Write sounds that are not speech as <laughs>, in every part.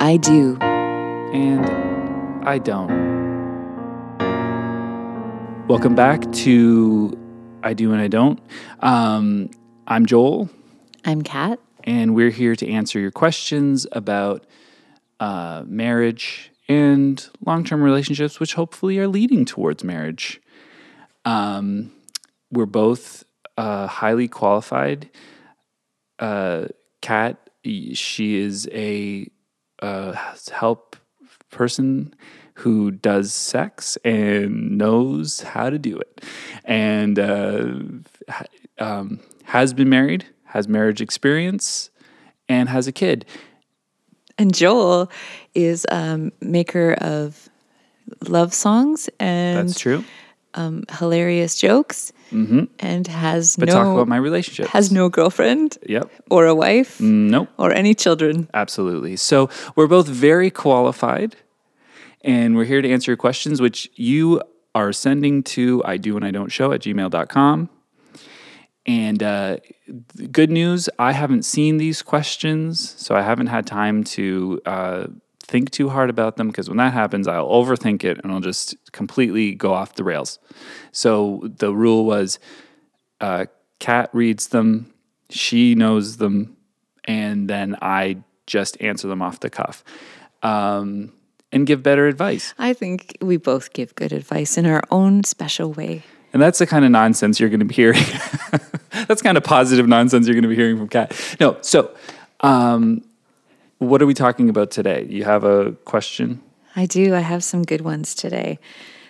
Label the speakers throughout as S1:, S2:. S1: I do.
S2: And I don't. Welcome back to I Do and I Don't. Um, I'm Joel,
S1: I'm Kat.
S2: and we're here to answer your questions about uh, marriage and long term relationships, which hopefully are leading towards marriage. Um, we're both uh, highly qualified. Uh, Kat, y- she is a uh, help person who does sex and knows how to do it and uh, ha- um, has been married, has marriage experience, and has a kid.
S1: And Joel is um, maker of love songs and
S2: That's true.
S1: um, hilarious jokes and has
S2: But
S1: no
S2: talk about my relationship.
S1: has no girlfriend
S2: Yep.
S1: or a wife
S2: Nope.
S1: or any children.
S2: Absolutely. So we're both very qualified and we're here to answer your questions, which you are sending to I do and I don't show at gmail.com. And uh, th- good news, I haven't seen these questions, so I haven't had time to uh, think too hard about them because when that happens, I'll overthink it and I'll just completely go off the rails. So the rule was uh, Kat reads them, she knows them, and then I just answer them off the cuff um, and give better advice.
S1: I think we both give good advice in our own special way.
S2: And that's the kind of nonsense you're going to be hearing. <laughs> that's kind of positive nonsense you're going to be hearing from Kat. No, so um, what are we talking about today? You have a question?
S1: I do. I have some good ones today.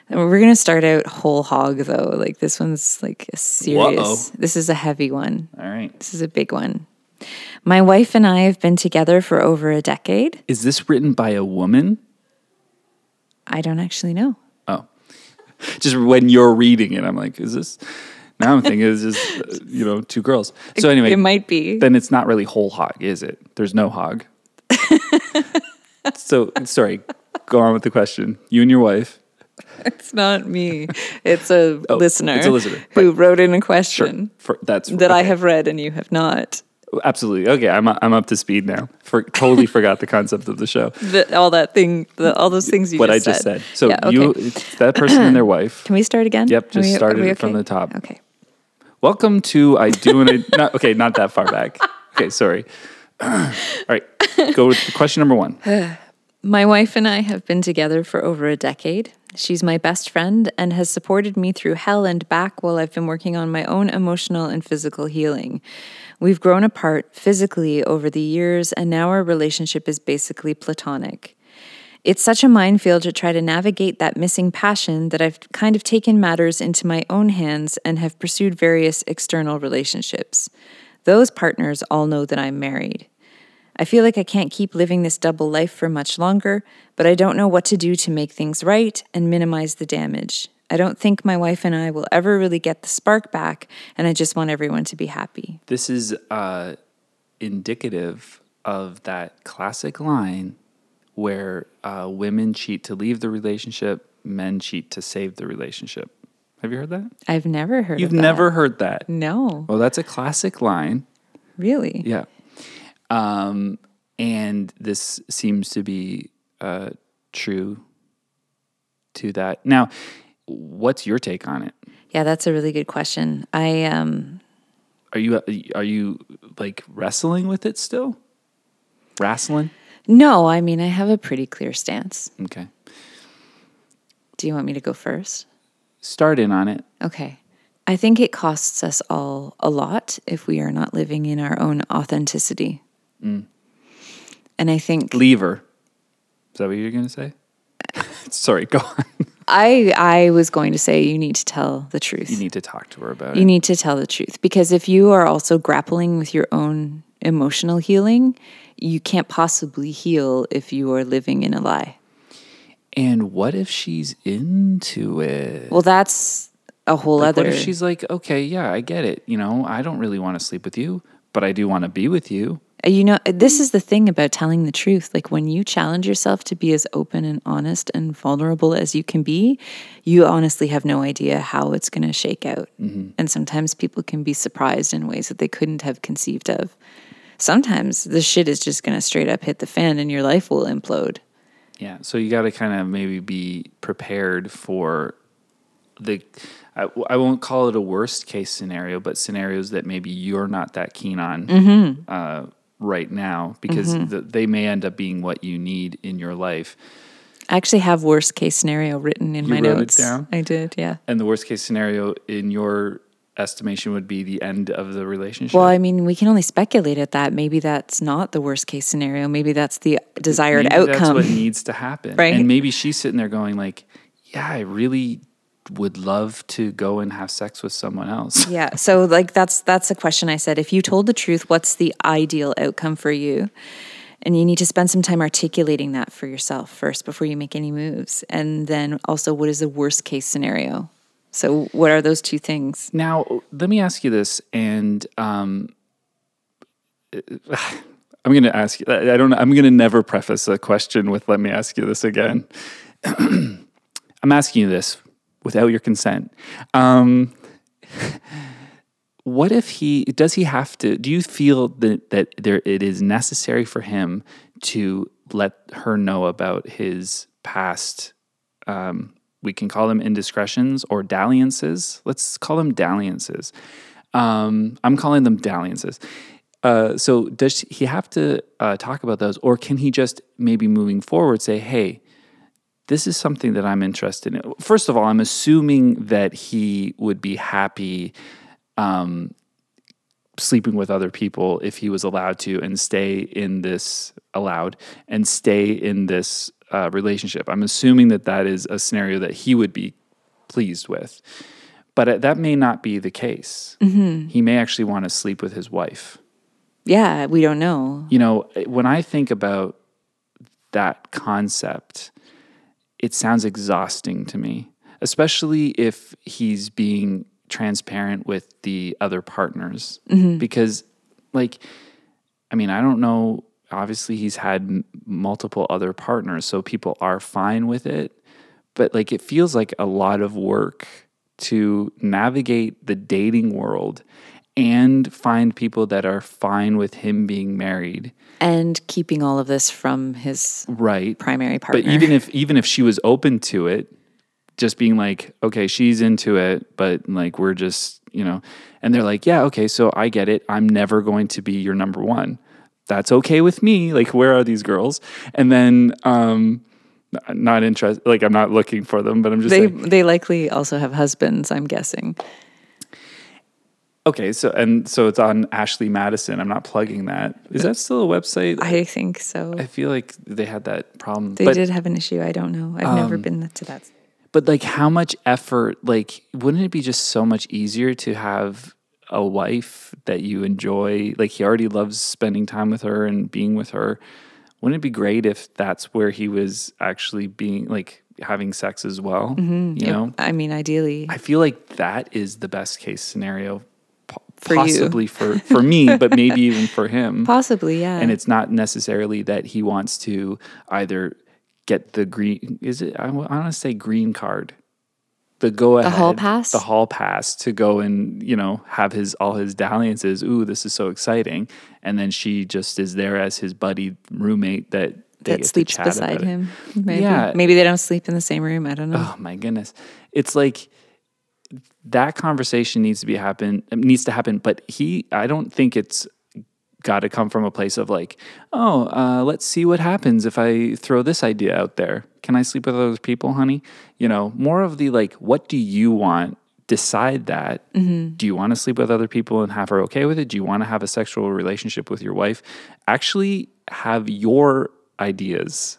S1: And We're going to start out whole hog though. Like this one's like a serious.
S2: Whoa.
S1: This is a heavy one.
S2: All right.
S1: This is a big one. My wife and I have been together for over a decade.
S2: Is this written by a woman?
S1: I don't actually know.
S2: Oh, just when you're reading it, I'm like, is this? Now I'm thinking it's just, uh, you know, two girls. So anyway,
S1: it might be.
S2: then it's not really whole hog, is it? There's no hog. so sorry, go on with the question. You and your wife.
S1: It's not me. It's
S2: <laughs>
S1: a listener.
S2: Oh, it's a listener.
S1: who wrote in a question
S2: For, that's
S1: that I
S2: okay.
S1: have read and you have not.
S2: absolutely okay. I'm I'm up to speed now. For totally forgot the concept of the show.
S1: The, all that thing, the, all those things you
S2: what
S1: just
S2: I just
S1: said.
S2: said. So
S1: Yeah,
S2: you,
S1: okay.
S2: it's that person and their
S1: <clears throat>
S2: wife.
S1: Can we start again?
S2: Yep,
S1: Are
S2: just
S1: we- are
S2: started
S1: we
S2: it from
S1: okay?
S2: the top.
S1: Okay.
S2: Welcome to I do and I not, okay, not that far back. Okay, sorry. <clears throat> All right, go with question number one.
S1: My wife and I have been together for over a decade. She's my best friend and has supported me through hell and back while I've been working on my own emotional and physical healing. We've grown apart physically over the years, and now our relationship is basically platonic. It's such a minefield to try to navigate that missing passion that I've kind of taken matters into my own hands and have pursued various external relationships. Those partners all know that I'm married. I feel like I can't keep living this double life for much longer, but I don't know what to do to make things right and minimize the damage. I don't think my wife and I will ever really get the spark back, and I just want everyone to be happy.
S2: This is uh, indicative of that classic line where uh, women cheat to leave the relationship, men cheat to save the relationship. Have you heard that?
S1: I've never heard
S2: You've
S1: of that.
S2: never heard that.
S1: No,
S2: Well, that's a classic line.
S1: really.
S2: Yeah. Um, and this seems to be uh, true to that. Now, what's your take on it?
S1: Yeah, that's a really good question. I um
S2: Are you are you like wrestling with it still? Wrestling?
S1: no, I mean I have a pretty clear stance.
S2: Okay.
S1: Do you want me to go first?
S2: Start in on it.
S1: Okay. I think it costs us all a lot if we are not living in our own authenticity.
S2: Mm.
S1: And I think
S2: Lever. Is that what you're going to say? <laughs> Sorry, go on.
S1: I I was going to say you need to tell the truth.
S2: You need to talk to her about
S1: You
S2: it.
S1: need to tell the truth because if you are also grappling with your own emotional healing, you can't possibly heal if you are living in a lie.
S2: And what if she's into it?
S1: Well, that's a whole
S2: Like,
S1: other.
S2: What if she's like, okay, yeah, I get it. You know, I don't really want to sleep with you, but I do want to be with you.
S1: Uh, you know, this is the thing about telling the truth. Like when you challenge yourself to be as open and honest and vulnerable as you can be, you honestly have no idea how it's going to
S2: Mm-hmm.
S1: shake out. And sometimes people can be surprised in ways that they couldn't have conceived of. sometimes the shit is just going to straight up hit the fan and your life will implode.
S2: Yeah. So you got to kind of maybe be prepared for the, I, I won't call it a worst case scenario, but scenarios that maybe you're not that keen on
S1: Mm-hmm.
S2: uh, right now because the, they may end up being what you need in your life.
S1: I actually have worst case scenario written in
S2: You
S1: my
S2: wrote it
S1: notes.
S2: down?
S1: I did, yeah.
S2: And the worst case scenario in your estimation would be the end of the relationship.
S1: Well, I mean, we can only speculate at that. Maybe that's not the worst case scenario. Maybe that's the desired
S2: Maybe That's
S1: outcome.
S2: what needs to happen.
S1: Right.
S2: And maybe she's sitting there going like, yeah, I really would love to go and have sex with someone else.
S1: Yeah. So like that's that's a question I said. If you told the truth, what's the ideal outcome for you? And you need to spend some time articulating that for yourself first before you make any moves. And then also what is the worst case scenario? So what are those two things?
S2: Now, let me ask you this, and um, <sighs> I'm going to ask you. I I don't. I'm going to never preface a question with "Let me ask you this again." <clears throat> I'm asking you this without your consent. Um, <sighs> what if he does? He have to? Do you feel that that there it is necessary for him to let her know about his past um, we can call them indiscretions or dalliances. Let's call them dalliances. Um, I'm calling them dalliances. Uh, so does he have to uh, talk about those, or can he just maybe moving forward say, "Hey, this is something that I'm interested in." First of all, I'm assuming that he would be happy um, sleeping with other people if he was allowed to and stay in this allowed and stay in this uh, relationship i'm assuming that that is a scenario that he would be pleased with but uh, that may not be the case he may actually want to sleep with his wife
S1: Yeah, we don't know.
S2: you know when i think about that concept it sounds exhausting to me especially if he's being transparent with the other partners because like i mean i don't know obviously he's had m- multiple other partners so people are fine with it but like it feels like a lot of work to navigate the dating world and find people that are fine with him being married
S1: And keeping all of this from his
S2: right
S1: primary partner.
S2: but even if even if she was open to it, just being like, okay, she's into it, but like we're just, you know, and they're like, yeah, okay, so I get it. I'm never going to be your number one. That's okay with me. Like, where are these girls? And then, um, n- not interested. Like, I'm not looking for them, but I'm just
S1: they
S2: like,
S1: they likely also have husbands, I'm guessing.
S2: okay. So and so it's on Ashley Madison. I'm not plugging that. Is that still a website? I,
S1: I think so.
S2: feel like they had that problem.
S1: they
S2: but, Um,
S1: did have an issue. I don't know. I've never been to that.
S2: But like, how much effort? Like, wouldn't it be just so much easier to have a wife that you enjoy? Like, he already loves spending time with her and being with her. Wouldn't it be great if that's where he was actually being like having sex as well?
S1: Mm-hmm,
S2: You know,
S1: I mean, ideally.
S2: I feel like that is the best case scenario, po-
S1: For you.
S2: possibly for for me, but maybe even for him.
S1: Possibly, yeah.
S2: And it's not necessarily that he wants to either get the green. Is it? I want to say green card. The go ahead,
S1: hall pass?
S2: the hall pass to go and you know have his all his dalliances. Ooh, this is so exciting! And then she just is there as his buddy roommate that they get
S1: that
S2: to
S1: sleeps
S2: chat
S1: beside
S2: about it.
S1: him. Maybe.
S2: Yeah.
S1: Maybe they don't sleep in the same room. I don't know.
S2: Oh my goodness. It's like that conversation needs to be happen needs to happen, but he I don't think it's got to come from a place of like, "Oh, uh, let's see what happens if I throw this idea out there. Can I sleep with other people, honey?" You know, more of the like, "What do you want?" Decide that. Do you want to sleep with other people and have her okay with it? Do you want to have a sexual relationship with your wife? Actually, have your ideas,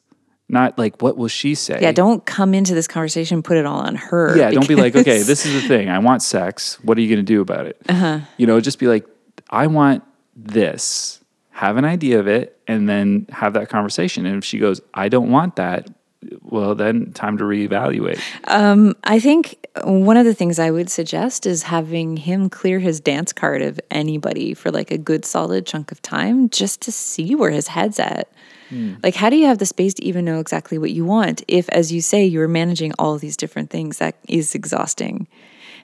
S2: not like what will she say.
S1: yeah, don't come into this conversation and put it all on her.
S2: Yeah, don't be
S1: <laughs>
S2: like, okay,
S1: because-
S2: this is the thing. I want sex. What are you going to do about it?
S1: Uh-huh.
S2: You know, just be like, I want this. Have an idea of it, and then have that conversation. And if she goes, I don't want that, well, then time to reevaluate.
S1: I think one of the things I would suggest is having him clear his dance card of anybody for like a good solid chunk of time just to see where his head's at. Like, how do you have the space to even know exactly what you want if, as you say, you're managing all these different things? That is exhausting.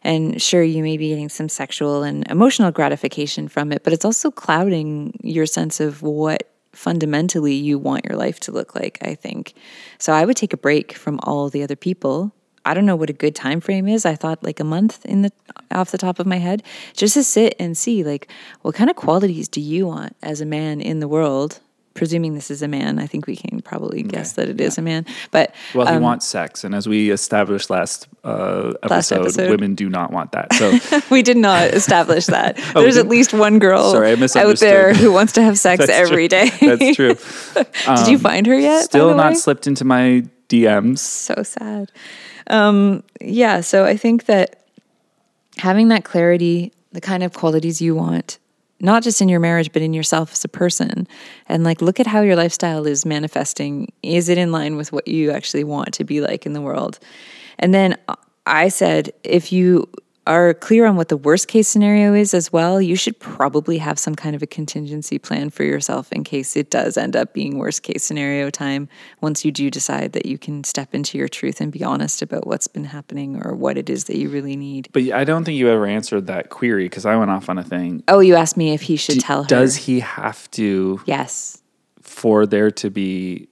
S1: And sure, you may be getting some sexual and emotional gratification from it, but it's also clouding your sense of what fundamentally you want your life to look like, I think. So I would take a break from all the other people. I don't know what a good time frame is. I thought like a month in the off the top of my head, just to sit and see like what kind of qualities do you want as a man in the world? Presuming this is a man, I think we can probably guess that it is a man. But
S2: Well, he wants sex, and as we established last, uh, episode,
S1: Last episode.
S2: women do not want that.
S1: <laughs>
S2: So
S1: <laughs> we did not
S2: <laughs>
S1: establish that. There's at
S2: Oh, didn't?
S1: least one girl
S2: Sorry, I
S1: out
S2: misunderstood.
S1: there who wants to
S2: <laughs>
S1: have sex
S2: That's
S1: every day.
S2: that's true.
S1: <laughs> Did you find her yet? by
S2: Still
S1: the
S2: not
S1: way?
S2: slipped into my DMs.
S1: so sad. Um, yeah, so I think that having that clarity, the kind of qualities you want, not just in your marriage, but in yourself as a person, and like look at how your lifestyle is manifesting. Is it in line with what you actually want to be like in the world? And then uh, I said, if you are clear on what the worst case scenario is as well, you should probably have some kind of a contingency plan for yourself in case it does end up being worst case scenario time once you do decide that you can step into your truth and be honest about what's been happening or what it is that you really need.
S2: But I don't think you ever answered that query because I went off on a thing.
S1: Oh, you asked me if he should tell her.
S2: Does he have to
S1: Yes.
S2: for there to be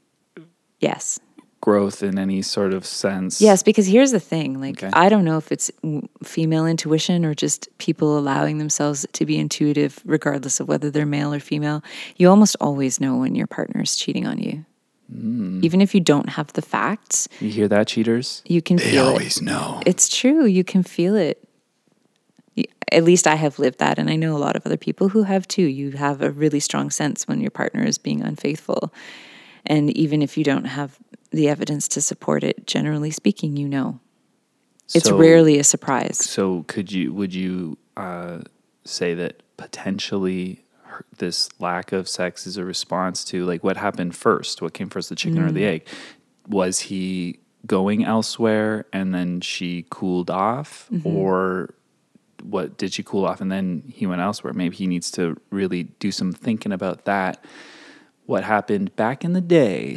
S1: Yes.
S2: growth in any sort of sense?
S1: Yes, because here's the thing. Like,
S2: Okay.
S1: I don't know if it's mm, female intuition or just people allowing themselves to be intuitive, regardless of whether they're male or female. You almost always know when your partner is cheating on you.
S2: Hmm.
S1: Even if you don't have the facts,
S2: You hear that, cheaters?
S1: you can
S2: They
S1: feel it.
S2: always know.
S1: It's true. You can feel it. Y- At least I have lived that. And I know a lot of other people who have too. You have a really strong sense when your partner is being unfaithful. And even if you don't have the evidence to support it, generally speaking, you know. It's
S2: So-
S1: rarely a surprise.
S2: So could you? Would you uh, say that potentially her- this lack of sex is a response to like what happened first? What came first, the chicken or the egg? Was he going elsewhere and then she cooled off, or what did she cool off and then he went elsewhere? Maybe he needs to really do some thinking about that. What happened back in the day?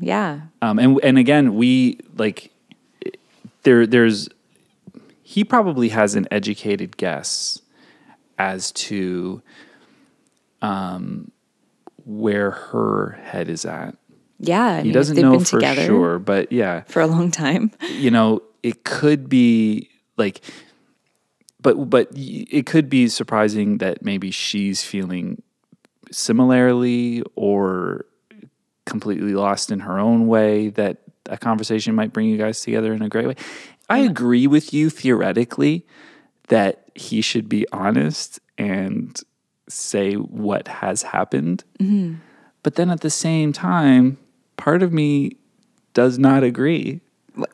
S1: Yeah.
S2: Um, and and again, we like there. There's he probably has an educated guess as to um, where her head is at.
S1: Yeah. I
S2: He
S1: mean, if
S2: doesn't
S1: they've
S2: know
S1: been
S2: for
S1: together
S2: sure, but yeah,
S1: for a long time.
S2: you know, it could be like, but but y- it could be surprising that maybe she's feeling similarly or completely lost in her own way that a conversation might bring you guys together in a great way. I agree with you theoretically that he should be honest and say what has happened. But then at the same time, part of me does not agree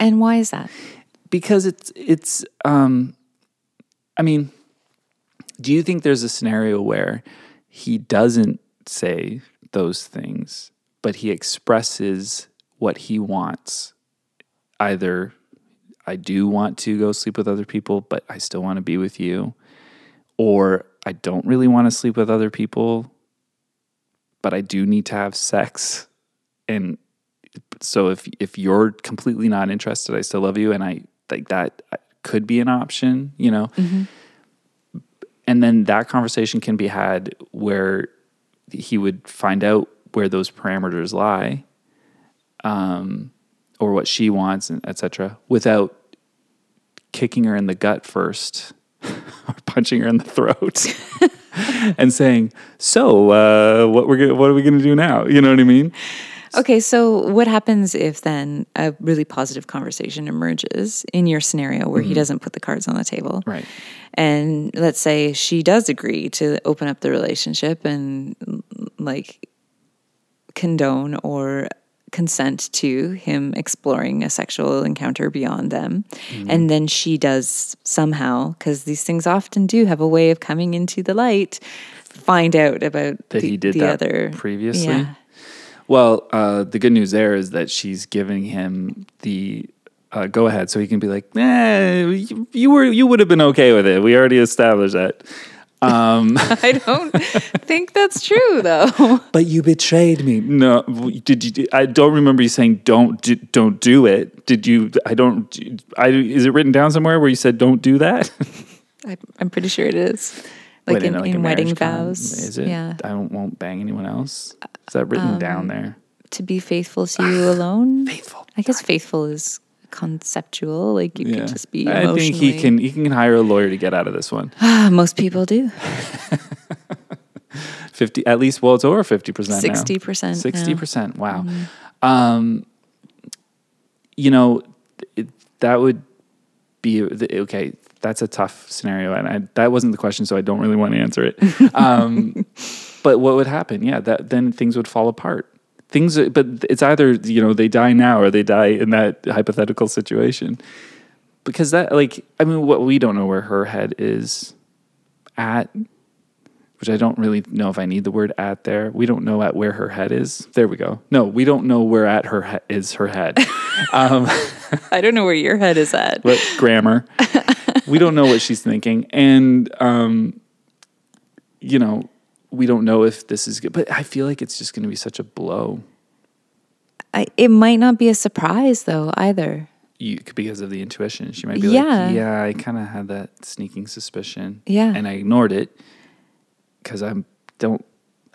S1: And why is that?
S2: because it's it's um i mean do you think there's a scenario where he doesn't say those things but he expresses what he wants either i do want to go sleep with other people but i still want to be with you or i don't really want to sleep with other people but i do need to have sex and so if if you're completely not interested i still love you and i like that could be an option you know and then that conversation can be had where he would find out where those parameters lie um or what she wants and etc without kicking her in the gut first <laughs> or punching her in the throat and saying so uh what we're gonna, what are we going to do now you know what i mean
S1: Okay, so what happens if then a really positive conversation emerges in your scenario where he doesn't put the cards on the table?
S2: Mm-hmm. Right.
S1: And let's say she does agree to open up the relationship and like condone or consent to him exploring a sexual encounter beyond them.
S2: Mm-hmm.
S1: And then she does somehow, because these things often do have a way of coming into the light, find out about
S2: that
S1: the,
S2: he did
S1: the
S2: that
S1: other
S2: previously.
S1: Yeah.
S2: Well, uh, the good news there is that she's giving him the uh, go ahead, so he can be like, "Nah, you, you were you would have been okay with it. We already established that."
S1: <laughs>
S2: Um,
S1: I don't think that's true, though.
S2: but you betrayed me. No, did you? I don't remember you saying don't do, don't do it. Did you? I don't. I is it written down somewhere where you said don't do that?
S1: <laughs> I, I'm pretty sure it is.
S2: Wait,
S1: <laughs> Like
S2: I
S1: in,
S2: know,
S1: in
S2: a
S1: wedding
S2: marriage con-
S1: vows.
S2: Is it?
S1: Yeah. Um,
S2: I don't, won't bang anyone else. Is that written down there?
S1: To be faithful to you alone.
S2: Faithful.
S1: I guess faithful is conceptual. Like you
S2: Yeah.
S1: could just be
S2: I think he
S1: emotionally-
S2: can. He can hire a lawyer to get out of this one.
S1: Ah, <sighs> most people do.
S2: Fifty, at least. Well, it's over fifty percent.
S1: 60% now.
S2: Sixty percent. Wow. Um, you know, it, that would be the- okay. That's a tough scenario, and I, that wasn't the question, so I don't really want to answer <laughs> it. Um, but what would happen? Yeah, that then things would fall apart. Things, but it's either you know they die now or they die in that hypothetical situation. because that like i mean what we don't know where her head is at which i don't really know if i need the word at there we don't know at where her head is there we go no we don't know where at her he- is her head
S1: <laughs> I don't know where your head is at.
S2: what grammar we don't know what she's thinking and um you know we don't know if this is good but i feel like it's just going to be such a blow
S1: I, it might not be a surprise though either.
S2: you, because of the intuition she might be
S1: Yeah.
S2: like yeah i kind of had that sneaking suspicion
S1: Yeah.
S2: and i ignored it because i don't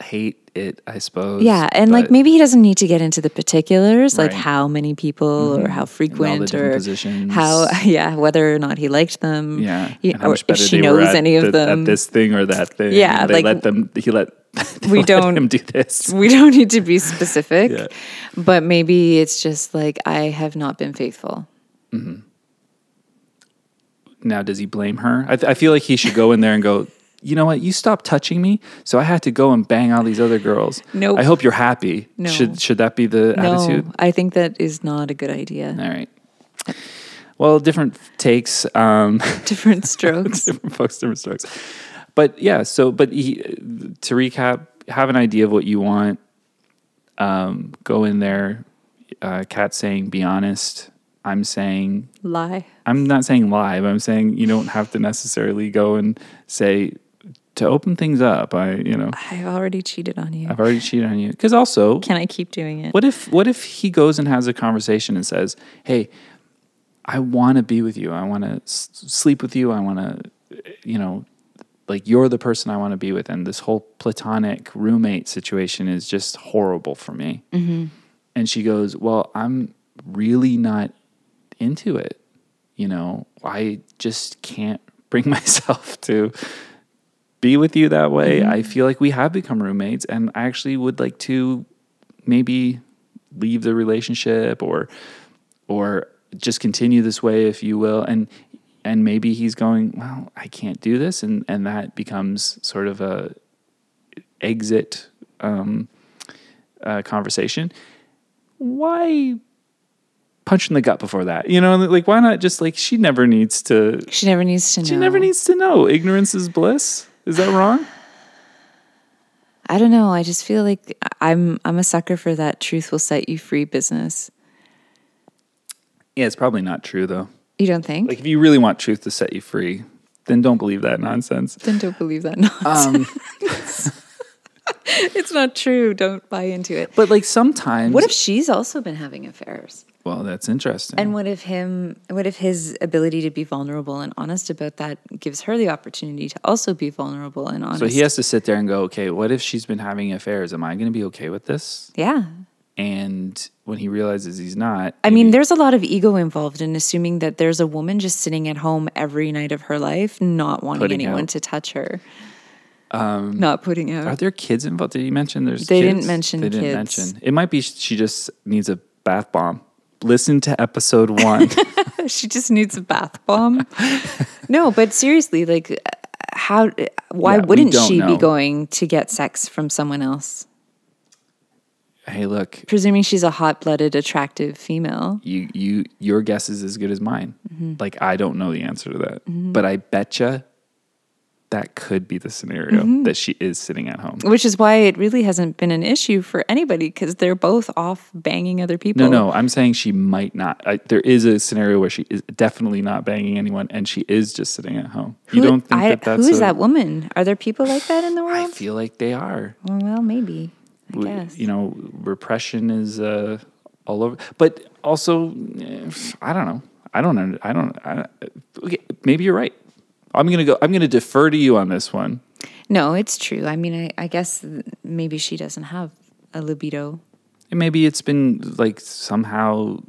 S2: hate it i suppose
S1: Yeah, and like
S2: but-
S1: maybe he doesn't need to get into the particulars, like
S2: Right. Mm-hmm.
S1: how many people or how frequent
S2: different
S1: or
S2: positions.
S1: how <laughs> yeah whether or not he liked them.
S2: yeah
S1: <laughs> he-
S2: and how
S1: or
S2: much
S1: if
S2: better
S1: she
S2: they were
S1: knows
S2: at
S1: any of
S2: the-
S1: them.
S2: at this thing or that thing
S1: Yeah,
S2: and they
S1: like,
S2: let them he let <laughs> they
S1: we
S2: let
S1: don't-
S2: him do this
S1: <laughs> We don't need to be specific,
S2: Yeah.
S1: but maybe it's just like I have not been faithful.
S2: now does he blame her I, th- I feel like he should go in there and go you know what you stopped touching me so i had to go and bang all these other girls
S1: Nope.
S2: i hope you're happy
S1: No.
S2: should should that be the attitude
S1: No, I think that is not a good idea.
S2: All right. Well, different takes,
S1: <laughs>
S2: um, <laughs>
S1: Different strokes.
S2: different folks, different strokes. But yeah, so but he, to recap, have an idea of what you want. Um, go in there. Uh, Kat saying, "Be honest." I'm saying,
S1: Lie.
S2: I'm not saying lie, but I'm saying you don't have to necessarily go and say to open things up. I, you know,
S1: I've already cheated on you.
S2: I've already cheated on you. Because also,
S1: Can I keep doing it?
S2: Oh. what if what if he goes and has a conversation and says, "Hey, I want to be with you. I want to s- sleep with you. I want to, you know, like you're the person I want to be with." And this whole platonic roommate situation is just horrible for me. And she goes, "Well, I'm really not into it. You know, I just can't bring <laughs> myself to." be with you that way. I feel like we have become roommates, and I actually would like to maybe leave the relationship or or just continue this way, if you will. And and maybe he's going, well, I can't do this, and and that becomes sort of a exit um, uh, conversation. Why? punch in the gut before that you know like why not just like she never needs to
S1: She never needs to know.
S2: she never needs to know. Ignorance is bliss. Is that wrong?
S1: I don't know. I just feel like I'm I'm a sucker for that truth will set you free business.
S2: Yeah, it's probably not true though.
S1: You don't think?
S2: Like if you really want truth to set you free, then don't believe that nonsense.
S1: then don't believe that <laughs> nonsense.
S2: Um,
S1: it's not true. Don't buy into it.
S2: <laughs> But like sometimes
S1: What if she's also been having affairs?
S2: Well, that's interesting.
S1: And what if him what if his ability to be vulnerable and honest about that gives her the opportunity to also be vulnerable and honest?
S2: so he has to sit there and go, "Okay, what if she's been having affairs? Am I going to be okay with this?"
S1: Yeah.
S2: And when he realizes he's not,
S1: I mean,
S2: maybe-
S1: there's a lot of ego involved in assuming that there's a woman just sitting at home every night of her life, not wanting
S2: Putting
S1: anyone
S2: out.
S1: to touch her. Um, not putting out.
S2: are there kids involved? Did he mention there's?
S1: They
S2: kids?
S1: didn't mention
S2: They didn't
S1: kids.
S2: mention. It might be sh- she just needs a bath bomb. Listen to episode <laughs> one.
S1: <laughs> she just needs a bath bomb. <laughs> no, but seriously, like how why
S2: Yeah, we
S1: wouldn't
S2: don't
S1: she
S2: know.
S1: be going to get sex from someone else?
S2: hey, look,
S1: Presuming she's a hot-blooded attractive female.
S2: you you your
S1: Mm-hmm.
S2: guess is as good as mine. Like I don't know the answer to that, but I betcha that could be the scenario
S1: Mm-hmm.
S2: that she is sitting at home.
S1: Which is why it really hasn't been an issue for anybody because they're both off banging other people.
S2: No, no, I'm saying she might not. I, there is a scenario where she is definitely not banging anyone, and she is just sitting at home. you
S1: Who-
S2: don't think
S1: I-
S2: that that's
S1: who is
S2: a-
S1: that woman? Are there people like that in the
S2: I
S1: world?
S2: feel like they are.
S1: Well, well, maybe. I
S2: We-
S1: guess.
S2: You know, repression is uh, all over. But also, eh, I don't know. I don't know. I don't. I, okay, maybe you're right. I'm gonna go. I'm gonna defer to you on this one.
S1: No, it's true. I mean, I, I guess th- maybe she doesn't have a libido.
S2: And maybe it's been like somehow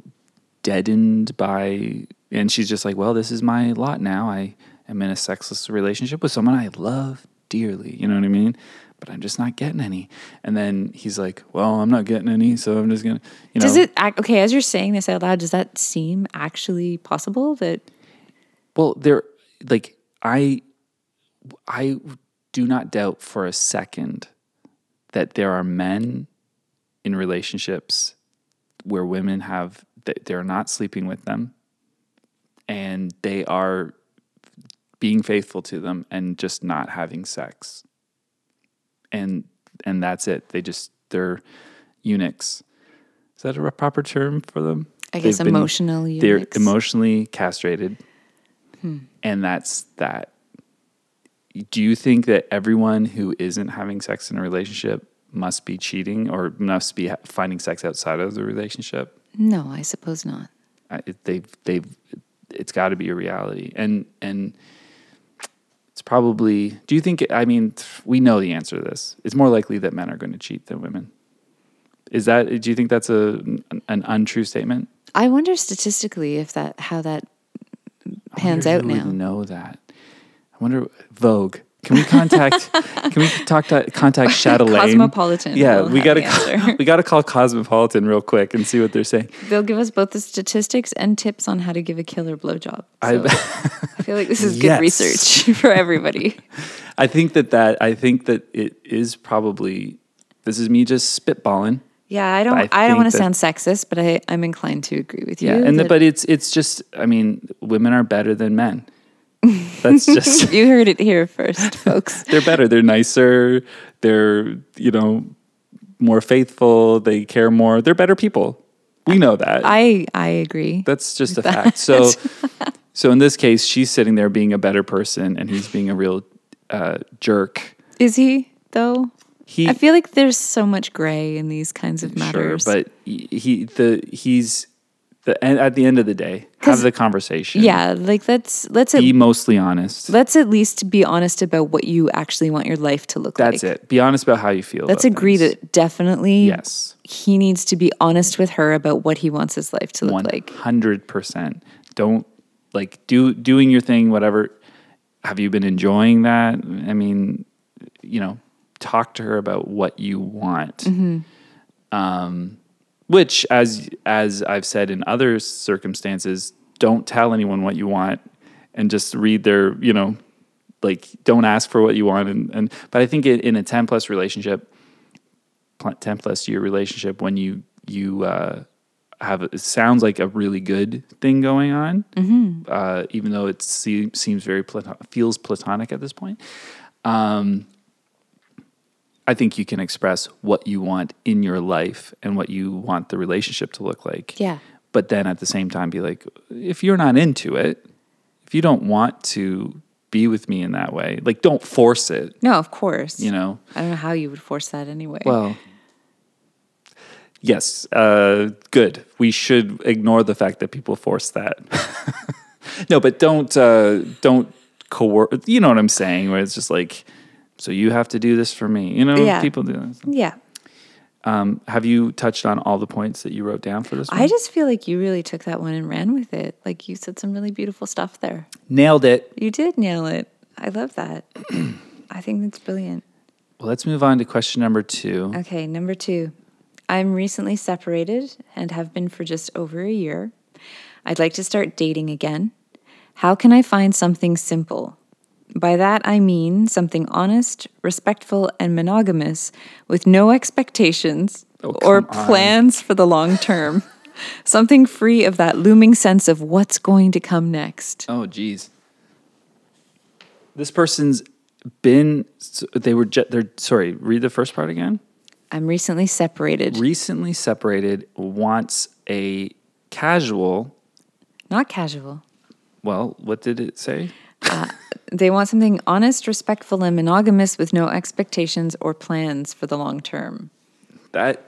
S2: deadened by, and she's just like, well, this is my lot now. I am in a sexless relationship with someone I love dearly. You know what I mean? But I'm just not getting any. And then he's like, well, I'm not getting any, so I'm just gonna, you know.
S1: Does it act okay? As you're saying this out loud, does that seem actually possible that
S2: Well, there, like I, I do not doubt for a second that there are men in relationships where women have that they're not sleeping with them, and they are being faithful to them and just not having sex, and and that's it. They just they're eunuchs. Is that a proper term for them?
S1: I guess
S2: They've been-
S1: emotional
S2: they're
S1: eunuchs? Hmm.
S2: emotionally castrated and that's that do you think that everyone who isn't having sex in a relationship must be cheating or must be ha- finding sex outside of the relationship
S1: no, I suppose not.
S2: I- it- they've they've it's got to be a reality and and it's probably do you think i mean we know the answer to this it's more likely that men are going to cheat than women is that do you think that's a an untrue statement
S1: I wonder statistically if that how that
S2: I wonder
S1: pans out
S2: who would
S1: now.
S2: Know that? I wonder. Vogue. Can we contact? can we talk to,
S1: <laughs>
S2: contact Chatelaine?
S1: Cosmopolitan
S2: Yeah,
S1: will
S2: we
S1: have
S2: gotta
S1: the
S2: call-
S1: answer.
S2: <laughs> we gotta call Cosmopolitan real quick and see what they're saying.
S1: They'll give us both the statistics and tips on how to give a killer blowjob. So I feel like this
S2: <laughs>
S1: is good
S2: Yes.
S1: research <laughs> for everybody.
S2: I think that that I think that it is probably. This is me just spitballing.
S1: Yeah, I don't.
S2: I
S1: I, don't
S2: think
S1: want to
S2: that-
S1: sound sexist, but I, I'm inclined to agree with you.
S2: Yeah, and the,
S1: that-
S2: but it's it's just. I mean, women are better than men.
S1: <laughs>
S2: That's just.
S1: you heard it here
S2: <laughs>
S1: first, folks.
S2: they're better. They're nicer. They're you know more faithful. They care more. They're better people. We know that.
S1: I I agree.
S2: That's
S1: <laughs>
S2: just a fact. So, so in this case, she's sitting there being a better person, and he's being a real uh, jerk.
S1: Is he though?
S2: He
S1: I feel like there's so much gray in these kinds of matters.
S2: sure, but he- he the he's the and at the end of the day, have
S1: 'Cause-
S2: the conversation.
S1: yeah, like let's let's at,
S2: be mostly honest.
S1: let's at least be honest about what you actually want your life to look like.
S2: That's it. Be honest about how you feel.
S1: Let's
S2: about
S1: agree
S2: things.
S1: that definitely
S2: yes,
S1: he needs to be honest with her about what he wants his life to look
S2: one
S1: like.
S2: hundred percent. Don't like do doing your thing, whatever. Have you been enjoying that? I mean, you know, talk to her about what you want. Um, which as as i've said in other circumstances don't tell anyone what you want and just read their you know like don't ask for what you want and, and but i think in, in a 10 plus relationship pl- 10 plus year relationship when you you uh have it sounds like a really good thing going on uh even though it se- seems very platon- feels platonic at this point Um, I think you can express what you want in your life and what you want the relationship to look like.
S1: Yeah.
S2: But then at the same time, be like, if you're not into it, if you don't want to be with me in that way, like, don't force it,
S1: No, of course.
S2: you know?
S1: I don't know how you would force that anyway.
S2: Well, yes, uh, good. We should ignore the fact that people force that. <laughs> no, but don't uh, don't coerce. You know what I'm saying? Where it's just like, so you have to do this for me. You know,
S1: Yeah.
S2: people do that.
S1: yeah.
S2: Um, have you touched on all the points that you wrote down for this one?
S1: I just feel like you really took that one and ran with it. Like you said some really beautiful stuff there.
S2: Nailed it.
S1: You did nail it. I love
S2: <clears throat>
S1: that. I think that's brilliant.
S2: Well, let's move on to question number two.
S1: Okay, number two. I'm recently separated and have been for just over a year. I'd like to start dating again. How can I find something simple? By that, I mean something honest, respectful, and monogamous with no expectations or
S2: Oh, come on.
S1: plans for the long term. <laughs> something free of that looming sense of
S2: Uh,
S1: what's going to come next.
S2: Oh, geez. This person's been s- they were ju- they're sorry, read the first part again.
S1: I'm recently separated.
S2: Recently separated wants a casual,
S1: Not casual.
S2: well, what did it say?
S1: They want something honest, respectful, and monogamous with no expectations or plans for the long term.
S2: That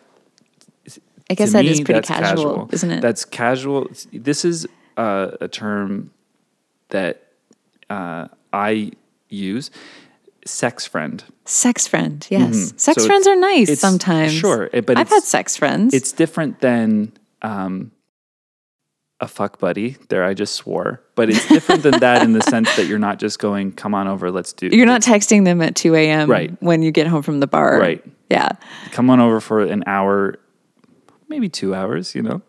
S1: I guess
S2: to
S1: that
S2: me,
S1: is pretty
S2: that's
S1: casual, isn't it?
S2: That's casual. This is uh, a term that uh, I use. Sex friend.
S1: sex friend, yes. Sex
S2: Mm-hmm. So
S1: friends
S2: it's-
S1: are nice
S2: it's-
S1: sometimes.
S2: sure, it- but
S1: I've
S2: it's-
S1: had sex friends.
S2: It's different than um, a fuck buddy. There, I just swore, but it's different than that in the sense that you're not just going, "Come on over, let's do."
S1: You're not texting them at 2 a.m.
S2: Right.
S1: when you get home from the bar.
S2: Right.
S1: Yeah.
S2: come on over for an hour, maybe two hours, you know,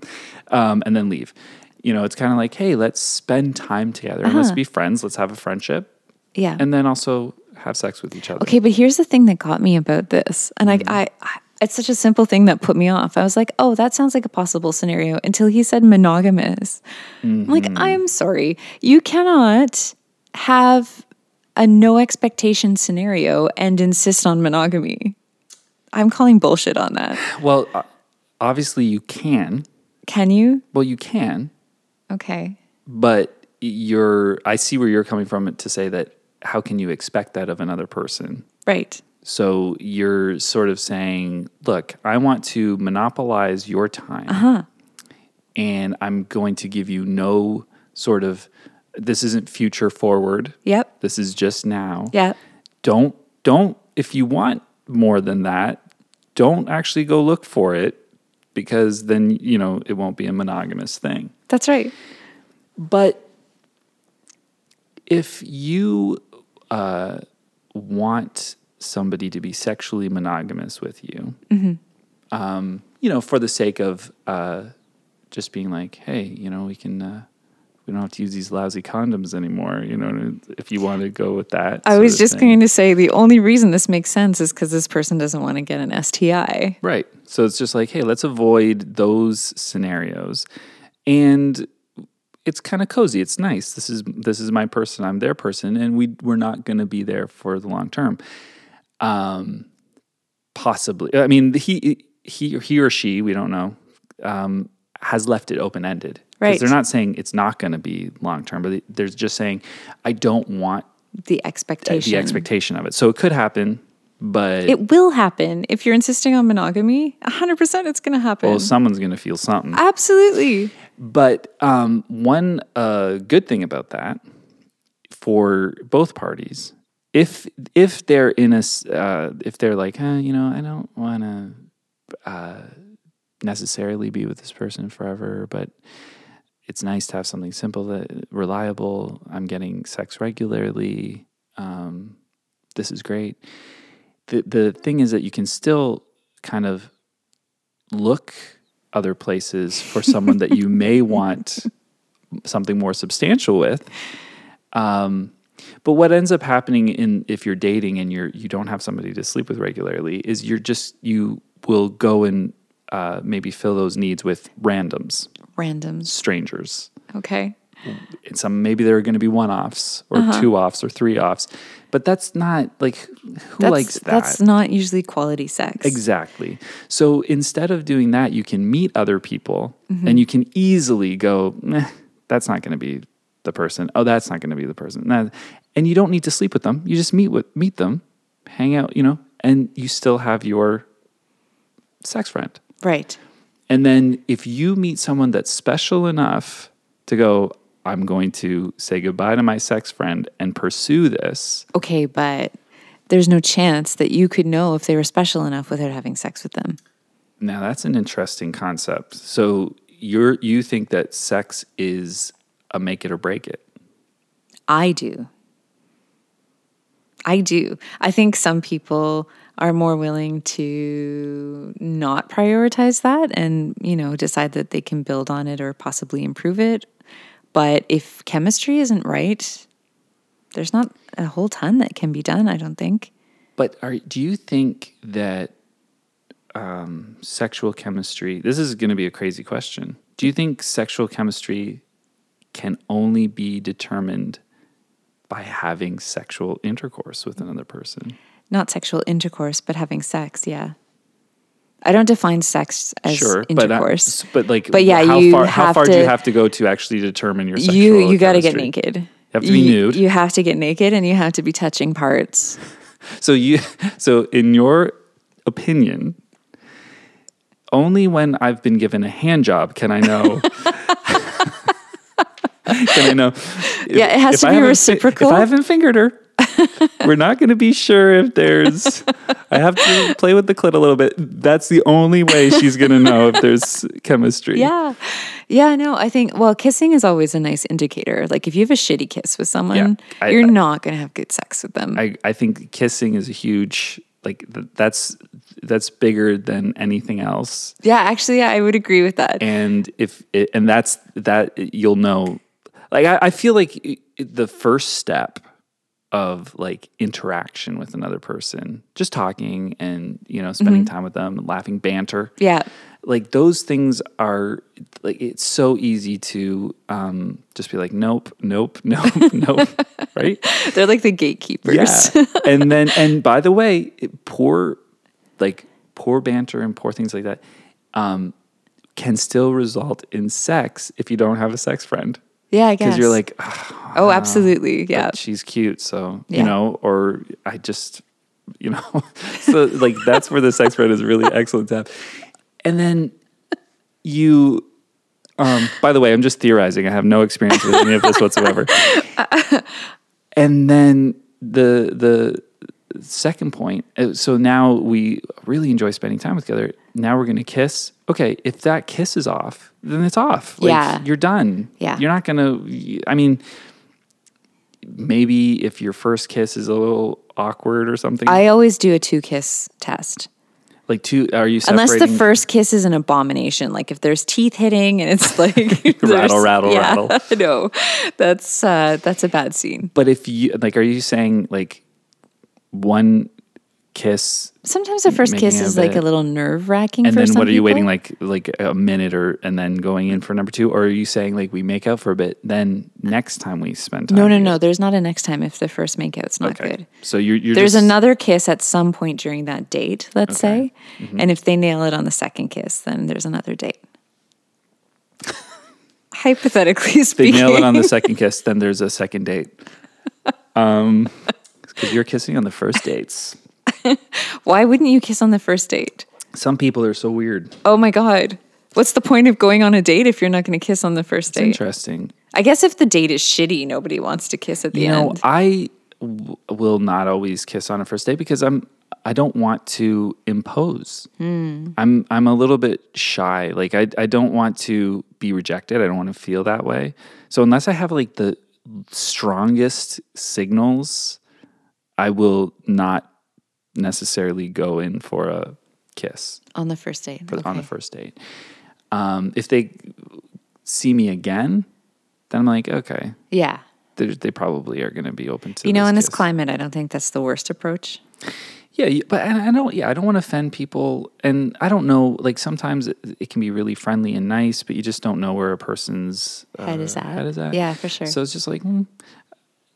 S2: um, and then leave. You know, it's kind of like, hey, let's spend time together and let's be friends. Let's have a friendship,
S1: Yeah.
S2: and then also have sex with each other.
S1: okay, but here's the thing that got me about this. And I, I, I, it's such a simple thing that put me off. I was like, oh, that sounds like a possible scenario until he said monogamous. I'm like, I'm sorry. You cannot have a no expectation scenario and insist on monogamy. I'm calling bullshit on that.
S2: Well, uh, obviously you can.
S1: Can you?
S2: Well, you can,
S1: Okay.
S2: but you're. I see where you're coming from to say that. How can you expect that of another person?
S1: Right.
S2: So you're sort of saying, look, I want to monopolize your time. And I'm going to give you no sort of, this isn't future forward.
S1: Yep.
S2: This is just now.
S1: Yeah.
S2: Don't, don't, if you want more than that, don't actually go look for it because then, you know, it won't be a monogamous thing.
S1: That's right.
S2: But if you uh, want somebody to be sexually monogamous with you,
S1: Mm-hmm.
S2: um, you know, for the sake of uh, just being like, hey, you know, we can. Uh, we don't have to use these lousy condoms anymore, you know. If you want to go with that,
S1: I
S2: sort
S1: was
S2: of
S1: just
S2: thing.
S1: going to say the only reason this makes sense is because this person doesn't want to get an STI.
S2: Right. So it's just like, hey, let's avoid those scenarios. And it's kind of cozy. It's nice. This is this is my person. I'm their person, and we we're not going to be there for the long term. Um, possibly. I mean, he he he or she, we don't know, um, has left it open ended.
S1: Right.
S2: They're not saying it's not going to be long term, but they're just saying, I don't want
S1: Uh, The expectation.
S2: the expectation of it. So it could happen, but
S1: It will happen if you're insisting on monogamy. 100% it's going to happen.
S2: well, someone's going to feel something.
S1: Absolutely.
S2: But um, one uh, good thing about that for both parties, if if they're in a s- uh, if they're like, uh, you know, I don't want to uh, necessarily be with this person forever, but it's nice to have something simple that reliable. I'm getting sex regularly. Um, this is great. The the thing is that you can still kind of look other places for someone that you
S1: <laughs>
S2: may want something more substantial with. Um, but what ends up happening in if you're dating and you're you don't have somebody to sleep with regularly is you're just you will go and uh, maybe fill those needs with randoms,
S1: Randoms.
S2: strangers.
S1: Okay.
S2: And some maybe there are going to be one offs or
S1: Uh-huh.
S2: two offs or three offs, but that's not like who
S1: That's,
S2: likes that.
S1: That's not usually quality sex.
S2: Exactly. So instead of doing that, you can meet other people and you can easily go, "Meh, that's not going to be the person. Oh, that's not going to be the person. Nah." And you don't need to sleep with them. You just meet with meet them, hang out, you know, and you still have your sex friend.
S1: Right.
S2: And then if you meet someone that's special enough to go, I'm going to say goodbye to my sex friend and pursue this.
S1: Okay, but there's no chance that you could know if they were special enough without having sex with them.
S2: Now that's an interesting concept. So you're you think that sex is a make it or break it.
S1: I do. I do. I think some people are more willing to not prioritize that and, you know, decide that they can build on it or possibly improve it. But if chemistry isn't right, there's not a whole ton that can be done, I don't think.
S2: But are do you think that um, sexual chemistry? This is going to be a crazy question. Do you think sexual chemistry can only be determined by having sexual intercourse with another person.
S1: Not sexual intercourse, but having sex, yeah. I don't define sex as
S2: sure, but, uh,
S1: intercourse.
S2: s- but like,
S1: But yeah,
S2: how
S1: you
S2: far, how
S1: have
S2: far do you
S1: to-
S2: have to go to actually determine your sexual?
S1: you you got to get
S2: chemistry?
S1: naked. You
S2: have to be nude.
S1: You have to get naked and you have to be touching parts.
S2: So you, <laughs> so in your opinion, only when I've been given a hand job can
S1: <laughs>
S2: I know. can I know? if-
S1: Yeah, it has
S2: if
S1: to
S2: I
S1: be
S2: haven't fi-
S1: reciprocal.
S2: If I haven't
S1: <laughs>
S2: fingered her, we're not going to be sure if there's. I have to play with the clit a little bit. That's the only way she's going to know
S1: <laughs>
S2: if there's chemistry.
S1: Yeah. Yeah, no, I think well, kissing is always a nice indicator. Like if you have a shitty kiss with someone,
S2: I-
S1: you're
S2: I-
S1: not going to have good sex with them.
S2: I, I think kissing is a huge like th- that's that's bigger than anything else.
S1: yeah, actually I would agree with that.
S2: and if it, and that's that you'll know like I, I feel like i- the first step of like interaction with another person just talking and you know spending time with them laughing banter
S1: yeah.
S2: like those things are like it's so easy to um just be like nope nope <laughs> nope nope right
S1: They're like the gatekeepers.
S2: yeah. and then and by the way, it- poor like poor banter and poor things like that um, can still result in sex if you don't have a sex friend.
S1: Yeah, I guess.
S2: Because you're like, "Ugh,
S1: oh, absolutely.
S2: but
S1: Yeah.
S2: she's cute, so
S1: Yeah.
S2: you know, or I just you know. <laughs> so like that's where the sex friend is really excellent to have. And then you um by the way, I'm just theorizing. I have no experience with any of
S1: <laughs>
S2: this whatsoever. and then the the second point uh, so now we really enjoy spending time together now we're going to kiss okay if that kiss is off then it's off like
S1: Yeah.
S2: you're done
S1: Yeah.
S2: you're not going to i mean maybe if your first kiss is a little awkward or something
S1: I always do a two kiss test.
S2: like two are you separating
S1: Unless the first kiss is an abomination, like if there's teeth hitting and it's like there's-
S2: <laughs> rattle,
S1: yeah,
S2: rattle.
S1: <laughs> No, that's uh, that's a bad scene.
S2: but if you like are you saying like one kiss
S1: Sometimes the first
S2: Making
S1: kiss
S2: it a
S1: is like
S2: bit-
S1: a little nerve wracking.
S2: and then what are you waiting like like a minute or and then going in for number two or are you saying like we make out for a bit then next time we spend time
S1: No, no,
S2: together?
S1: no. There's not a next time if the first makeout's not
S2: Okay.
S1: good.
S2: so you're, you're
S1: There's
S2: just,
S1: another kiss at some point during that date, let's say.
S2: Mm-hmm.
S1: And if they nail it on the second kiss, then there's another
S2: <laughs>
S1: date. Hypothetically
S2: they
S1: speaking.
S2: nail it on the second kiss then there's a second date um because you're kissing on the first dates
S1: <laughs> Why wouldn't you kiss on the first date?
S2: some people are so weird
S1: Oh my God. What's the point of going on a date if you're not going to kiss on the first date?
S2: interesting
S1: I guess if the date is shitty, nobody wants to kiss at the
S2: you know
S1: end.
S2: I w- will not always kiss on a first date because i'm i don't want to impose
S1: Hmm.
S2: i'm i'm a little bit shy like i i don't want to be rejected i don't want to feel that way so unless i have like the strongest signals i will not necessarily go in for a kiss
S1: on the first date.
S2: for, on the
S1: okay.
S2: first date um if they see me again then i'm like okay
S1: yeah.
S2: they're- they probably are going to be open to
S1: You know,
S2: this
S1: in this
S2: kiss.
S1: climate, I don't think that's the worst approach.
S2: Yeah, you- but I I don't. Yeah, I don't want to offend people, and I don't know. Like sometimes it, it can be really friendly and nice, but you just don't know where a person's
S1: Head is at.
S2: Uh, Head is at.
S1: Yeah, for sure.
S2: So it's just like hmm.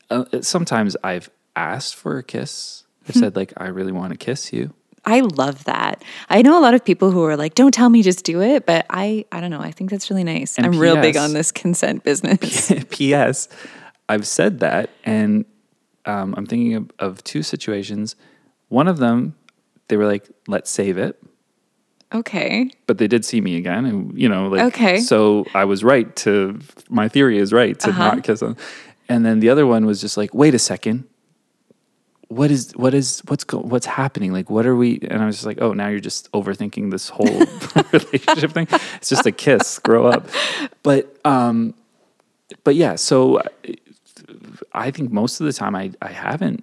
S2: uh, sometimes I've asked for a kiss.
S1: Hmm.
S2: I've said like I really want to kiss you. <laughs>
S1: I love that. I know a lot of people who are like, "Don't tell me, just do it." But I, I don't know. I think that's really nice.
S2: And
S1: I'm real big
S2: PS.
S1: on this consent
S2: <laughs>
S1: business.
S2: P.S. I've said that, and um, I'm thinking of, of two situations. One of them, they were like, "Let's save it."
S1: okay.
S2: but they did see me again and you know like
S1: Okay.
S2: so i was right to my theory is right to not kiss them and then the other one was just like wait a second what is what is what's go, what's happening like what are we and i was just like oh now you're just overthinking this whole <laughs> relationship thing it's just a kiss grow up but um but yeah so I- i think most of the time i i haven't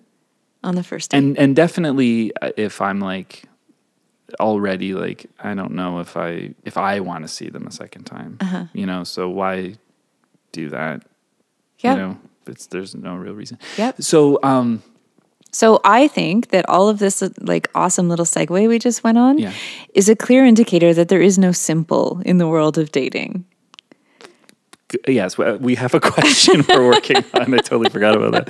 S1: On the first date.
S2: and and definitely uh, if i'm like already like i don't know if i if i want to see them a second time
S1: Uh-huh.
S2: you know so why do that
S1: Yep.
S2: you know it's there's no real reason
S1: Yep.
S2: so um
S1: So I think that all of this uh, like awesome little segue we just went on
S2: Yeah.
S1: is a clear indicator that there is no simple in the world of dating.
S2: Yes, we- uh, we have a <laughs> question we're working on. I totally forgot about that.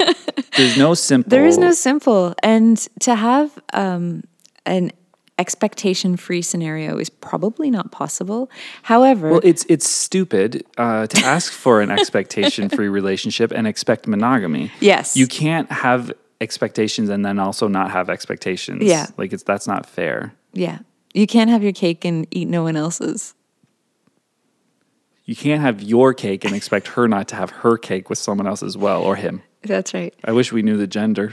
S1: <laughs>
S2: There's no simple.
S1: There is no simple. And to have um, an expectation free scenario is probably not possible. However,
S2: Well, it's it's stupid uh, to ask for an expectation
S1: <laughs>
S2: free relationship and expect monogamy.
S1: Yes.
S2: you can't have expectations and then also not have expectations.
S1: Yeah.
S2: like it's that's not fair.
S1: yeah, you can't have your cake and eat no one else's.
S2: You can't have your cake and expect her not to have her cake with someone else as well or him.
S1: That's right.
S2: I wish we knew the
S1: <laughs>
S2: gender,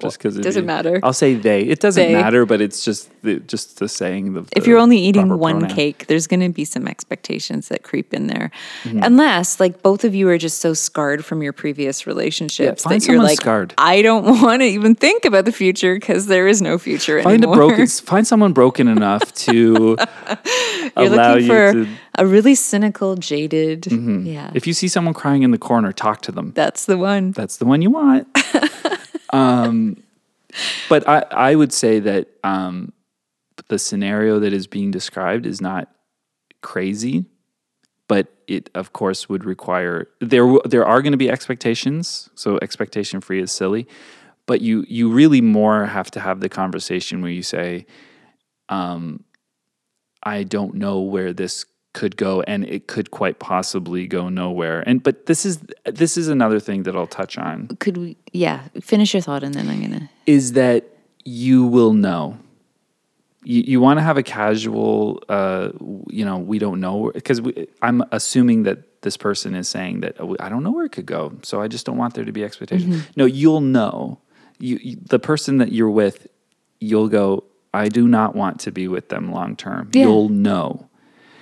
S2: just because
S1: doesn't matter.
S2: I'll say they. It doesn't
S1: They.
S2: matter, but it's just the, just the saying. Of
S1: If
S2: the
S1: you're only eating
S2: proper
S1: one
S2: pronoun.
S1: cake, there's going to be some expectations that creep in there.
S2: Mm-hmm.
S1: Unless, like, both of you are just so scarred from your previous relationships
S2: find
S1: that you're
S2: someone
S1: like,
S2: scarred.
S1: I don't <laughs> want to even think about the future because there is no future
S2: find a
S1: anymore.
S2: broken, find someone broken enough
S1: <laughs>
S2: to
S1: you're
S2: allow
S1: looking
S2: you
S1: for
S2: to.
S1: a
S2: Mm-hmm.
S1: really cynical, jaded. Yeah.
S2: If you see someone crying in the corner, talk to them.
S1: that's the one.
S2: That's the one you want. um, but I, I would say that um, the scenario that is being described is not crazy, but it of course would require there. w- There are going to be expectations, so expectation free is silly. But you you really more have to have the conversation where you say, I don't know where this could go and it could quite possibly go nowhere. And but this is this is another thing that I'll touch on
S1: Could we, yeah, finish your thought and then I'm going to.
S2: is that you will know. You, you want to have a casual, uh, w- you know, we don't know because I'm assuming that this person is saying that "Oh, I don't know where it could go, so I just don't want there to be expectation. No, you'll know. You, you the person that you're with, you'll go. I do not want to be with them long term.
S1: Yeah.
S2: You'll know.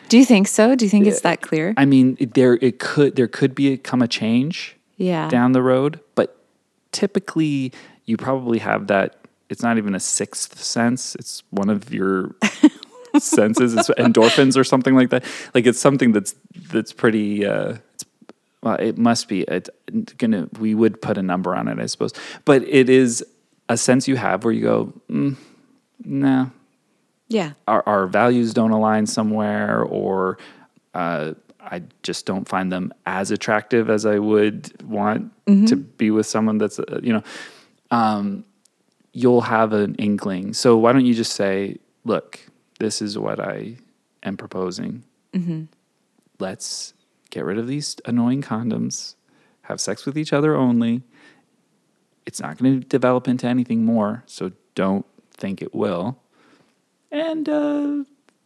S1: Do you think so? Do you think it's that clear?
S2: I mean, it- there it could there could be a, come a change
S1: Yeah.
S2: down the road, but typically you probably have that. It's not even a sixth sense; it's one of your senses, it's endorphins or something like that. Like it's something that's that's pretty. Uh, it's, well, it must be. It's gonna. We would put a number on it, I suppose, but it is a sense you have where you go, mm, no,
S1: yeah.
S2: our, our values don't align somewhere or uh, i just don't find them as attractive as i would want to be with someone that's uh, you know um, you'll have an inkling so why don't you just say look this is what i am proposing let's get rid of these annoying condoms have sex with each other only it's not going to develop into anything more so don't think it will and uh,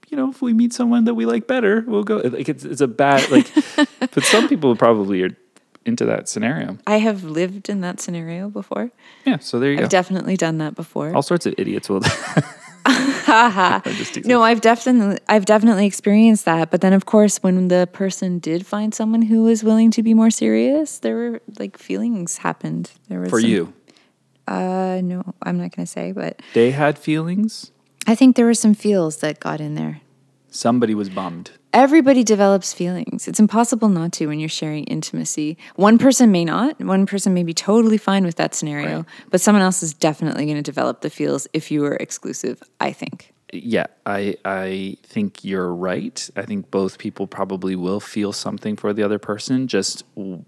S2: you know if we meet someone that we like better we'll go like it's, it's a bad
S1: <laughs>
S2: like but some people probably are into that scenario
S1: I have lived in that scenario before.
S2: yeah so there you go
S1: I've definitely done that before.
S2: all sorts of
S1: <laughs>
S2: idiots will <laughs> I'm just teasing.
S1: No, I've definitely I've definitely experienced that. But then of course when the person did find someone who was willing to be more serious, there were like feelings happened. There was
S2: for
S1: some-
S2: you
S1: Uh no, I'm not gonna say, but
S2: they had feelings
S1: I think there were some feels that got in there.
S2: somebody was bummed
S1: Everybody develops feelings. It's impossible not to when you're sharing intimacy. One person may not. One person may be totally fine with that scenario,
S2: Right.
S1: but someone else is definitely going to develop the feels if you are exclusive, I think.
S2: yeah i i think you're right i think both people probably will feel something for the other person just w-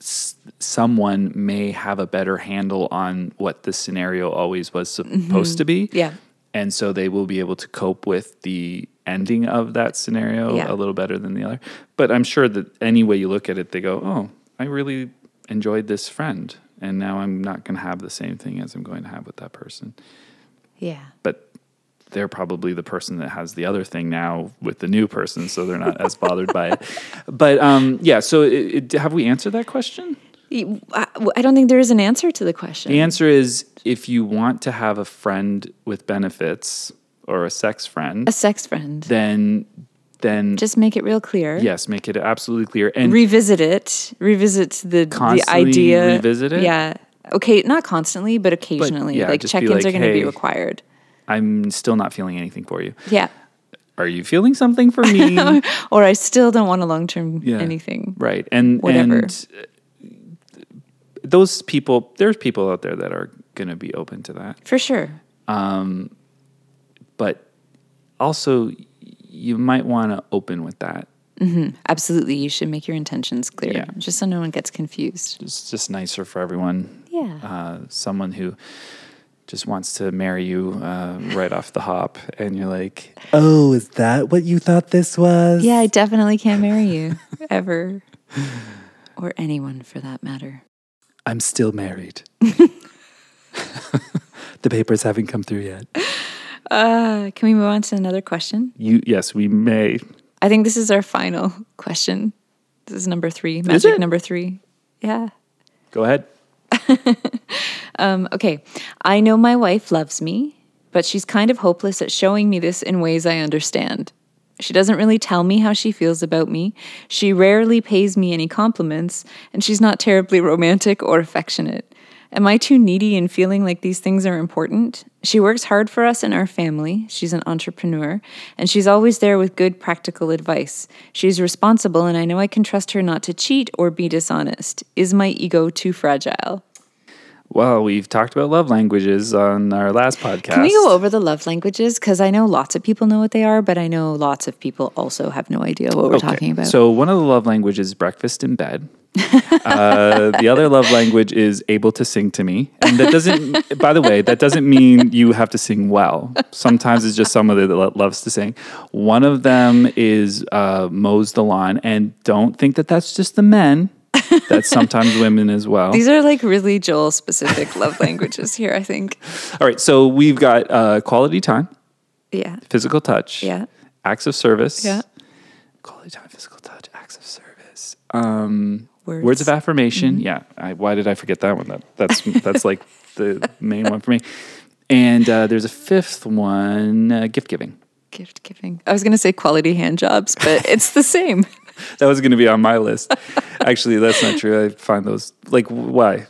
S2: s- someone may have a better handle on what the scenario always was supposed to be
S1: Mm-hmm. Yeah.
S2: and so they will be able to cope with the ending of that scenario
S1: Yeah.
S2: a little better than the other but i'm sure that any way you look at it they go oh i really enjoyed this friend and now i'm not going to have the same thing as i'm going to have with that person
S1: Yeah.
S2: but they're probably the person that has the other thing now with the new person, so they're not as bothered
S1: <laughs>
S2: by it. But um, yeah, so it, it, have we answered that question?
S1: I I don't think there is an answer to the question.
S2: The answer is if you want to have a friend with benefits or a sex friend,
S1: a sex friend.
S2: then then
S1: Just make it real clear.
S2: yes, make it absolutely clear. And
S1: Revisit it. Revisit the, the
S2: Constantly
S1: idea.
S2: revisit it?
S1: Yeah. Okay, not constantly, but occasionally.
S2: yeah,
S1: like
S2: just be
S1: check-ins
S2: like,
S1: are going to
S2: "Hey."
S1: be required.
S2: I'm still not feeling anything for you.
S1: Yeah.
S2: Are you feeling something for
S1: <laughs>
S2: me?
S1: Or I still don't want a long-term
S2: Yeah.
S1: anything.
S2: right and
S1: Whatever.
S2: and uh, those people there's people out there that are going to be open to that
S1: For sure.
S2: but also you might want to open with that
S1: Absolutely. You should make your intentions clear
S2: Yeah.
S1: just so no one gets confused.
S2: It's just nicer for everyone.
S1: Yeah.
S2: Uh, someone who just wants to marry you uh, right off the hop, and you're like,
S3: Oh, is that what you thought this was?
S1: Yeah, I definitely can't marry
S2: <laughs>
S1: you ever or anyone for that matter.
S3: I'm still
S1: <laughs>
S3: married. <laughs> the papers haven't come through yet.
S1: Uh, can we move on to another question?
S2: "You yes, we may."
S1: I think this is our final question. This is number three, magic
S2: it?
S1: number three. Yeah.
S2: Go ahead.
S1: Um, okay. I know my wife loves me, but she's kind of hopeless at showing me this in ways I understand. She doesn't really tell me how she feels about me. She rarely pays me any compliments, and she's not terribly romantic or affectionate. Am I too needy in feeling like these things are important? She works hard for us and our family. She's an entrepreneur, and she's always there with good practical advice. She's responsible, and I know I can trust her not to cheat or be dishonest. Is my ego too fragile?
S2: Well, we've talked about love languages on our last podcast.
S1: Can we go over the love languages? Because I know lots of people know what they are, but I know lots of people also have no idea what we're talking about.
S2: So one of the love languages is breakfast in bed. uh, the other love language is able to sing to me, and that doesn't. by the way, that doesn't mean you have to sing well. Sometimes it's just somebody that lo- loves to sing. One of them is uh, mows the lawn, and don't think that that's just the men. That's sometimes <laughs> women as well.
S1: These are like really Joel specific love languages here, I think.
S2: All right, so we've got uh, quality time,
S1: Yeah.
S2: physical touch,
S1: Yeah.
S2: acts of service,
S1: Yeah.
S2: quality time, physical touch, acts of service. Um,
S1: Words.
S2: words. of affirmation. Yeah. I, why did I forget that one? That, that's that's like <laughs> the main one for me. And uh, there's a fifth one, uh, gift giving.
S1: Gift giving. I was going to say quality hand jobs,
S2: <laughs>
S1: but it's the same.
S2: That was going to be on my list. <laughs> Actually, that's not true. I find those like why?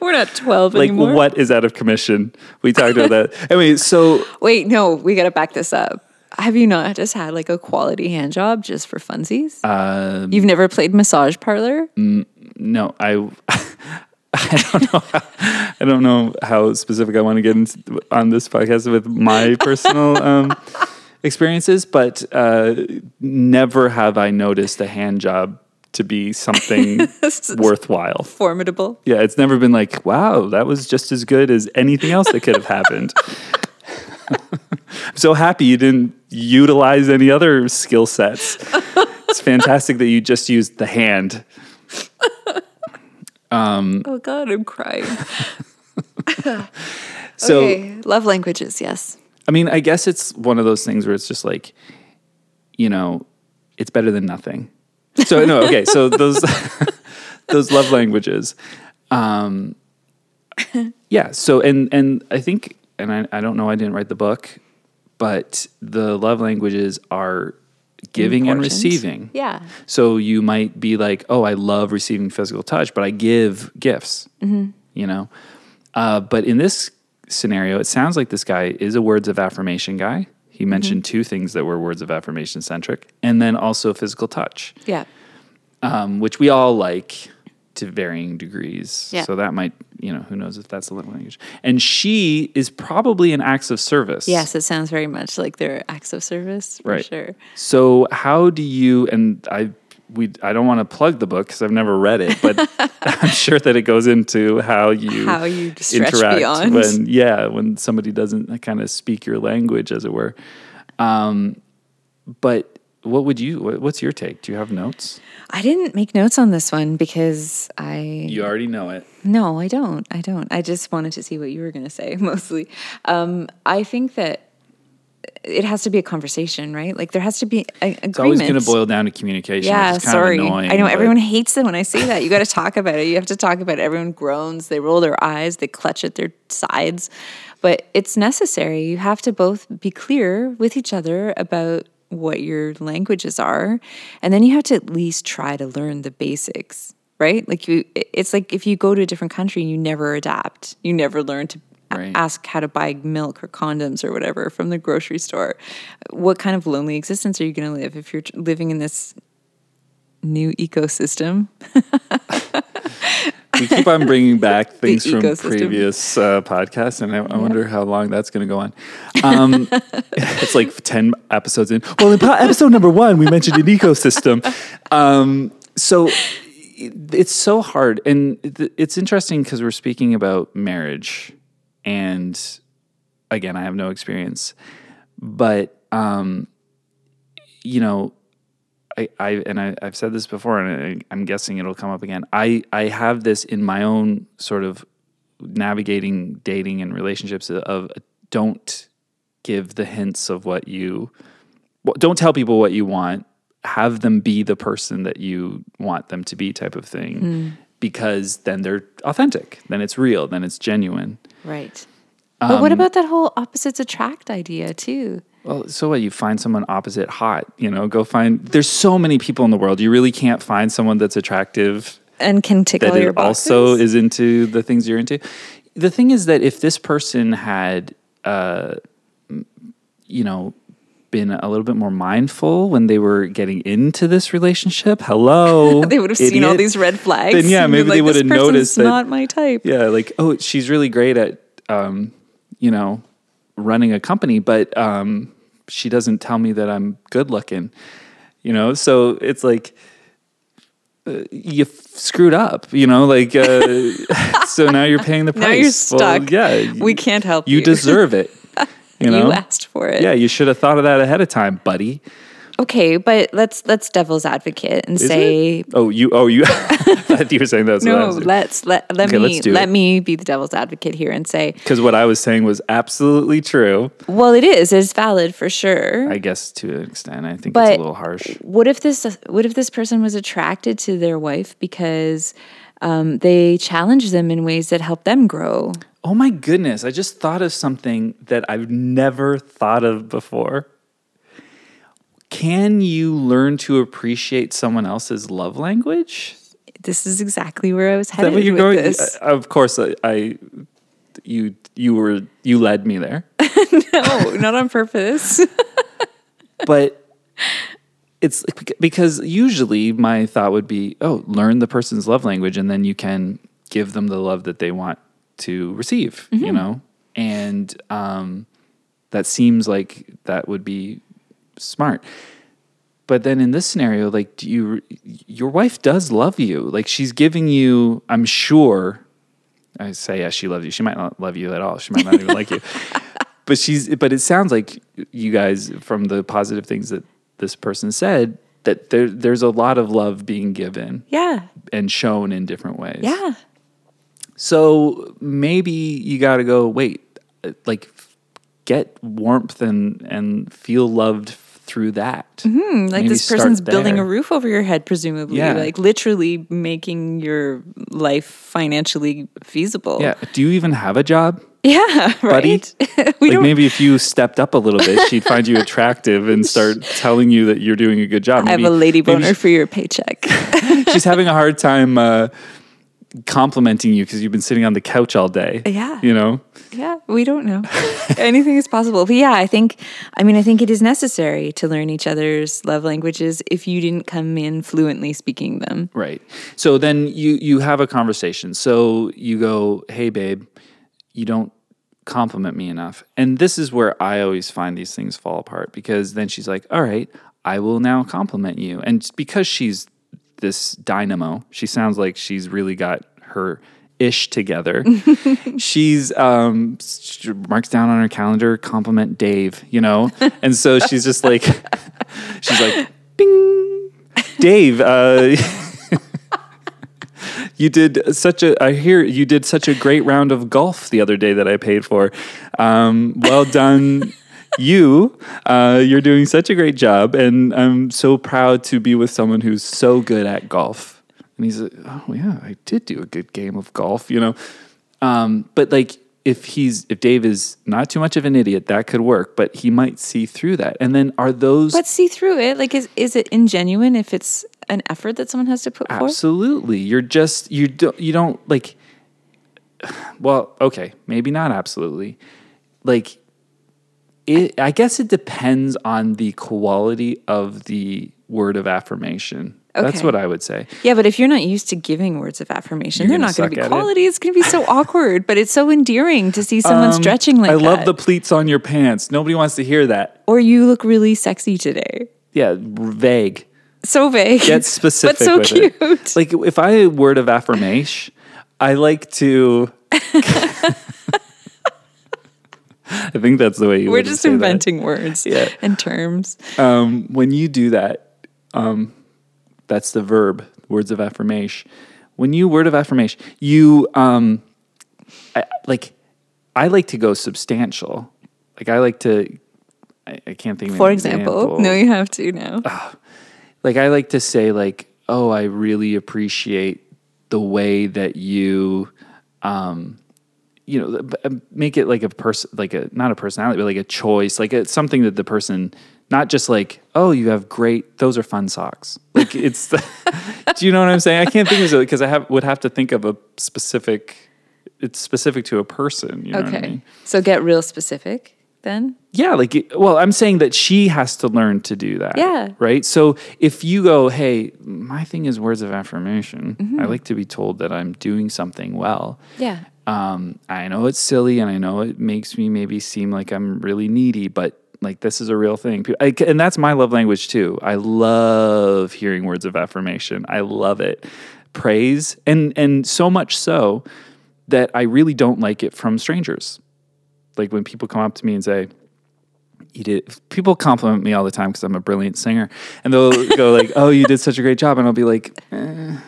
S1: We're not 12
S2: Like
S1: anymore.
S2: what is out of commission? We talked about that. Anyway, so
S1: Wait, no, we got to back this up. Have you not just had like a quality hand job just for funsies?
S2: uh,
S1: You've never played massage parlor?
S2: Mm. no, I. <laughs> I don't know. I don't know how specific I want to get into on this podcast with my personal um, experiences, but uh, never have I noticed a hand job to be something worthwhile.
S1: Formidable.
S2: Yeah, it's never been like, wow, that was just as good as anything else that could have happened. I'm so happy you didn't utilize any other skill sets. It's fantastic that you just used the hand. Mm.
S1: Oh, God, I'm crying.
S2: So
S1: okay. Love languages, yes.
S2: I mean, I guess it's one of those things where it's just like, you know, it's better than nothing. So no, okay, so those <laughs> those love languages. Um, yeah. So and and I think and I, I don't know I didn't write the book, but the love languages are giving and
S1: Important.
S2: receiving.
S1: Yeah.
S2: So you might be like, oh, I love receiving physical touch, but I give gifts,
S1: Mm-hmm.
S2: you know? Uh, but in this scenario, it sounds like this guy is a words of affirmation guy. He
S1: Mm-hmm.
S2: mentioned two things that were words of affirmation centric, and then also physical touch,
S1: Yeah.
S2: um, which we all like to varying degrees.
S1: Yeah.
S2: So that might, you know, who knows if that's the love language. And she is probably an acts of service.
S1: Yes, it sounds very much like their acts of service for
S2: right
S1: sure.
S2: so how do you and i we i don't want to plug the book because i've never read it but
S1: <laughs>
S2: i'm sure that it goes into how you
S1: How you stretch beyond.
S2: when yeah when somebody doesn't kind of speak your language as it were um but what would you what, what's your take do you have notes
S1: I didn't make notes on this one because I
S2: you already know it
S1: no, I don't. I don't. I just wanted to see what you were going to say <laughs> mostly. Um, I think that it has to be a conversation, right? Like there has to be a, agreement.
S2: it's always going to boil down to communication
S1: Yeah,
S2: which is kind
S1: sorry.
S2: of annoying
S1: I know
S2: but-
S1: everyone hates it when I say that. You got to talk about it. You have to talk about it. Everyone groans, they roll their eyes, they clutch at their sides. But it's necessary. You have to both be clear with each other about what your languages are, and then you have to at least try to learn the basics, right? Like you it's like if you go to a different country and you never adapt. You never learn to a-
S2: Right.
S1: ask how to buy milk or condoms or whatever from the grocery store. What kind of lonely existence are you going to live if you're t- living in this new ecosystem.
S2: We keep on bringing back things from
S1: ecosystem.
S2: previous uh, podcasts, and I, I wonder how long that's going to go on. Um, <laughs> it's like 10 episodes in. Well, in po- episode number one, we mentioned an ecosystem. Um, so it- it's so hard. And it- it's interesting because we're speaking about marriage. And again, I have no experience, but, um, you know, I, I and I, I've said this before, and I, I'm guessing it'll come up again. I I have this in my own sort of navigating dating and relationships of don't give the hints of what you well, don't tell people what you want. Have them be the person that you want them to be, type of thing, because then they're authentic. Then it's real. Then it's genuine.
S1: Right. but what about that whole opposites attract idea too?
S2: Well, so what? You find someone opposite hot, you know? Go find. There's so many people in the world. You really can't find someone that's attractive
S1: And can tick
S2: that
S1: all your
S2: it
S1: boxes.
S2: also is into the things you're into. The thing is that if this person had, uh, m- you know, been a little bit more mindful when they were getting into this relationship,
S1: <laughs> <laughs>
S2: hello,
S1: they would have seen all
S2: idiot.
S1: these red flags.
S2: Then, yeah,
S1: and been
S2: maybe they
S1: like,
S2: would have
S1: "This person's
S2: noticed that-
S1: Not my type.
S2: Yeah, like oh, she's really great at, um, you know, running a company, but um, she doesn't tell me that I'm good looking. You know, so it's like uh, you f- screwed up. You know, like uh, <laughs> so now you're paying the price.
S1: Now you're
S2: Well,
S1: stuck.
S2: yeah,
S1: we can't help you.
S2: you deserve it. You
S1: <laughs> You
S2: know,
S1: asked for it.
S2: yeah, you should have thought of that ahead of time, buddy.
S1: Okay, but let's let's devil's advocate and
S2: Is
S1: say
S2: it? oh, you, oh, you. <laughs> I thought you were saying that. Was
S1: no. Let's let let
S2: Okay,
S1: me
S2: let's do
S1: let
S2: it.
S1: me be the devil's advocate here and say,
S2: because what I was saying was absolutely true.
S1: well, it is it's valid for sure.
S2: I guess to an extent, I think
S1: But-
S2: it's a little harsh.
S1: what if this what if this person was attracted to their wife because um, they challenged them in ways that help them grow?
S2: Oh my goodness, I just thought of something that I've never thought of before. Can you learn to appreciate someone else's love language? Is
S1: This is exactly where I was
S2: that
S1: headed
S2: what you're
S1: with
S2: going?
S1: this.
S2: <laughs> Uh, Of course, I, I you you were you led me there.
S1: no,
S2: Oh,
S1: <laughs> not on
S2: <laughs>
S1: purpose.
S2: but it's because usually my thought would be, oh, learn the person's love language, and then you can give them the love that they want to receive. You know, and um, that seems like that would be smart. But then in this scenario, like, do you, your wife does love you. Like, she's giving you, I'm sure, I say, yeah, she loves you. She might not love you at all. She might not even like you. But she's, but it sounds like you guys, from the positive things that this person said, that there, there's a lot of love being given
S1: yeah,
S2: and shown in different ways.
S1: yeah.
S2: So maybe you got to go wait, uh, like f- get warmth and and feel loved f- through that.
S1: Hmm, Like
S2: Maybe
S1: this
S2: start
S1: person's building a
S2: there.
S1: roof over your head, presumably.
S2: Yeah.
S1: Like literally making your life financially feasible.
S2: Yeah. Do you even have a job?
S1: <laughs> Yeah,
S2: Buddy?
S1: right. <laughs> we
S2: like
S1: don't.
S2: maybe if you stepped up a little bit, she'd
S1: <laughs>
S2: find you attractive and start telling you that you're doing a good job.
S1: I have
S2: Maybe-
S1: a lady
S2: maybe
S1: boner for your
S2: <laughs>
S1: paycheck.
S2: she's having a hard time uh, complimenting you because you've been sitting on the couch all day.
S1: Yeah.
S2: You know.
S1: Yeah, we don't know. <laughs> Anything is possible. But yeah, I think, I mean, I think it is necessary to learn each other's love languages if you didn't come in fluently speaking them.
S2: Right. So then you you have a conversation. So you go, "Hey babe, you don't compliment me enough." And this is where I always find these things fall apart because then she's like, "All right, I will now compliment you." And because she's this dynamo, she sounds like she's really got her ish together. she's um she marks down on her calendar compliment Dave, you know? And so she's just like she's like Dave, uh, <laughs> you did such a. I hear you did such a great round of golf the other day that I paid for. Um, well done, <laughs> you. Uh, you're doing such a great job, and I'm so proud to be with someone who's so good at golf. And he's like, oh yeah, I did do a good game of golf, you know. Um, but like, if he's if Dave is not too much of an idiot, that could work. But he might see through that. And then are those
S1: But see through it. Like, is, is it ingenuine if it's an effort that someone has to put forth?
S2: Absolutely. You're just you don't you don't like <sighs> well, okay, maybe not absolutely. Like it I guess it depends on the quality of the word of affirmation. That's
S1: Okay.
S2: what I would say.
S1: Yeah, but if you're not used to giving words of affirmation,
S2: You're
S1: they're
S2: gonna
S1: not going to be
S2: suck at it.
S1: quality. It's going to be
S2: <laughs>
S1: so awkward, but it's so endearing to see someone
S2: Um,
S1: stretching like
S2: I love
S1: that.
S2: the pleats on your pants. Nobody wants to hear that.
S1: or you look really sexy today.
S2: Yeah, r- vague.
S1: So vague.
S2: Get
S1: <laughs>
S2: specific.
S1: But so
S2: with
S1: cute.
S2: it. Like if I word of affirmation, I like to. <laughs> I think that's the way you.
S1: We're
S2: would
S1: just
S2: say that.
S1: inventing words
S2: Yeah.
S1: and terms.
S2: um, when you do that, um, that's the verb, words of affirmation. When you word of affirmation, you um, I, like, I like to go substantial. Like I like to, I, I can't think. of
S1: For
S2: an
S1: example, no, you have to now.
S2: like I like to say like, oh, I really appreciate the way that you, um, you know, b- b- make it like a person, like a not a personality, but like a choice, like it's something that the person, not just like, oh, you have great, those are fun socks. Like <laughs> it's, do you know what I'm saying? I can't think of it because I have would have to think of a specific. It's specific to a person. You know what I
S1: okay.
S2: mean?
S1: So get real specific then.
S2: Yeah, like it- well, I'm saying that she has to learn to do that.
S1: Yeah.
S2: Right. So if you go, hey, my thing is words of affirmation. I like to be told that I'm doing something well.
S1: Yeah.
S2: Um, I know it's silly, and I know it makes me maybe seem like I'm really needy, but like this is a real thing, Pe- I, and that's my love language too. I love hearing words of affirmation. I love it, praise, and and so much so that I really don't like it from strangers. Like when people come up to me and say, you did people compliment me all the time because i'm a brilliant singer and they'll go like oh you did such a great job and i'll be like eh,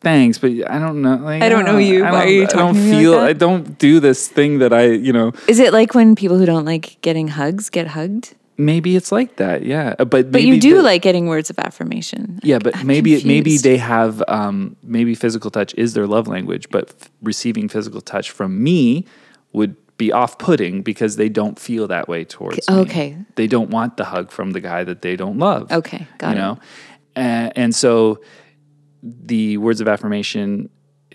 S2: thanks but i don't know like,
S1: I don't know you.
S2: I
S1: Why
S2: don't-
S1: are you
S2: i
S1: talking
S2: don't
S1: to me like
S2: feel
S1: that?"
S2: i don't do this thing that i you know
S1: Is it like when people who don't like getting hugs get hugged?
S2: maybe it's like that yeah but
S1: But
S2: maybe
S1: you do
S2: the-
S1: like getting words of affirmation.
S2: yeah but
S1: I'm
S2: maybe it maybe
S1: confused.
S2: they have um maybe physical touch is their love language but f- receiving physical touch from me would be off-putting because they don't feel that way towards me.
S1: okay.
S2: they don't want the hug from the guy that they don't love
S1: Okay, got
S2: you
S1: it.
S2: know and, and so the words of affirmation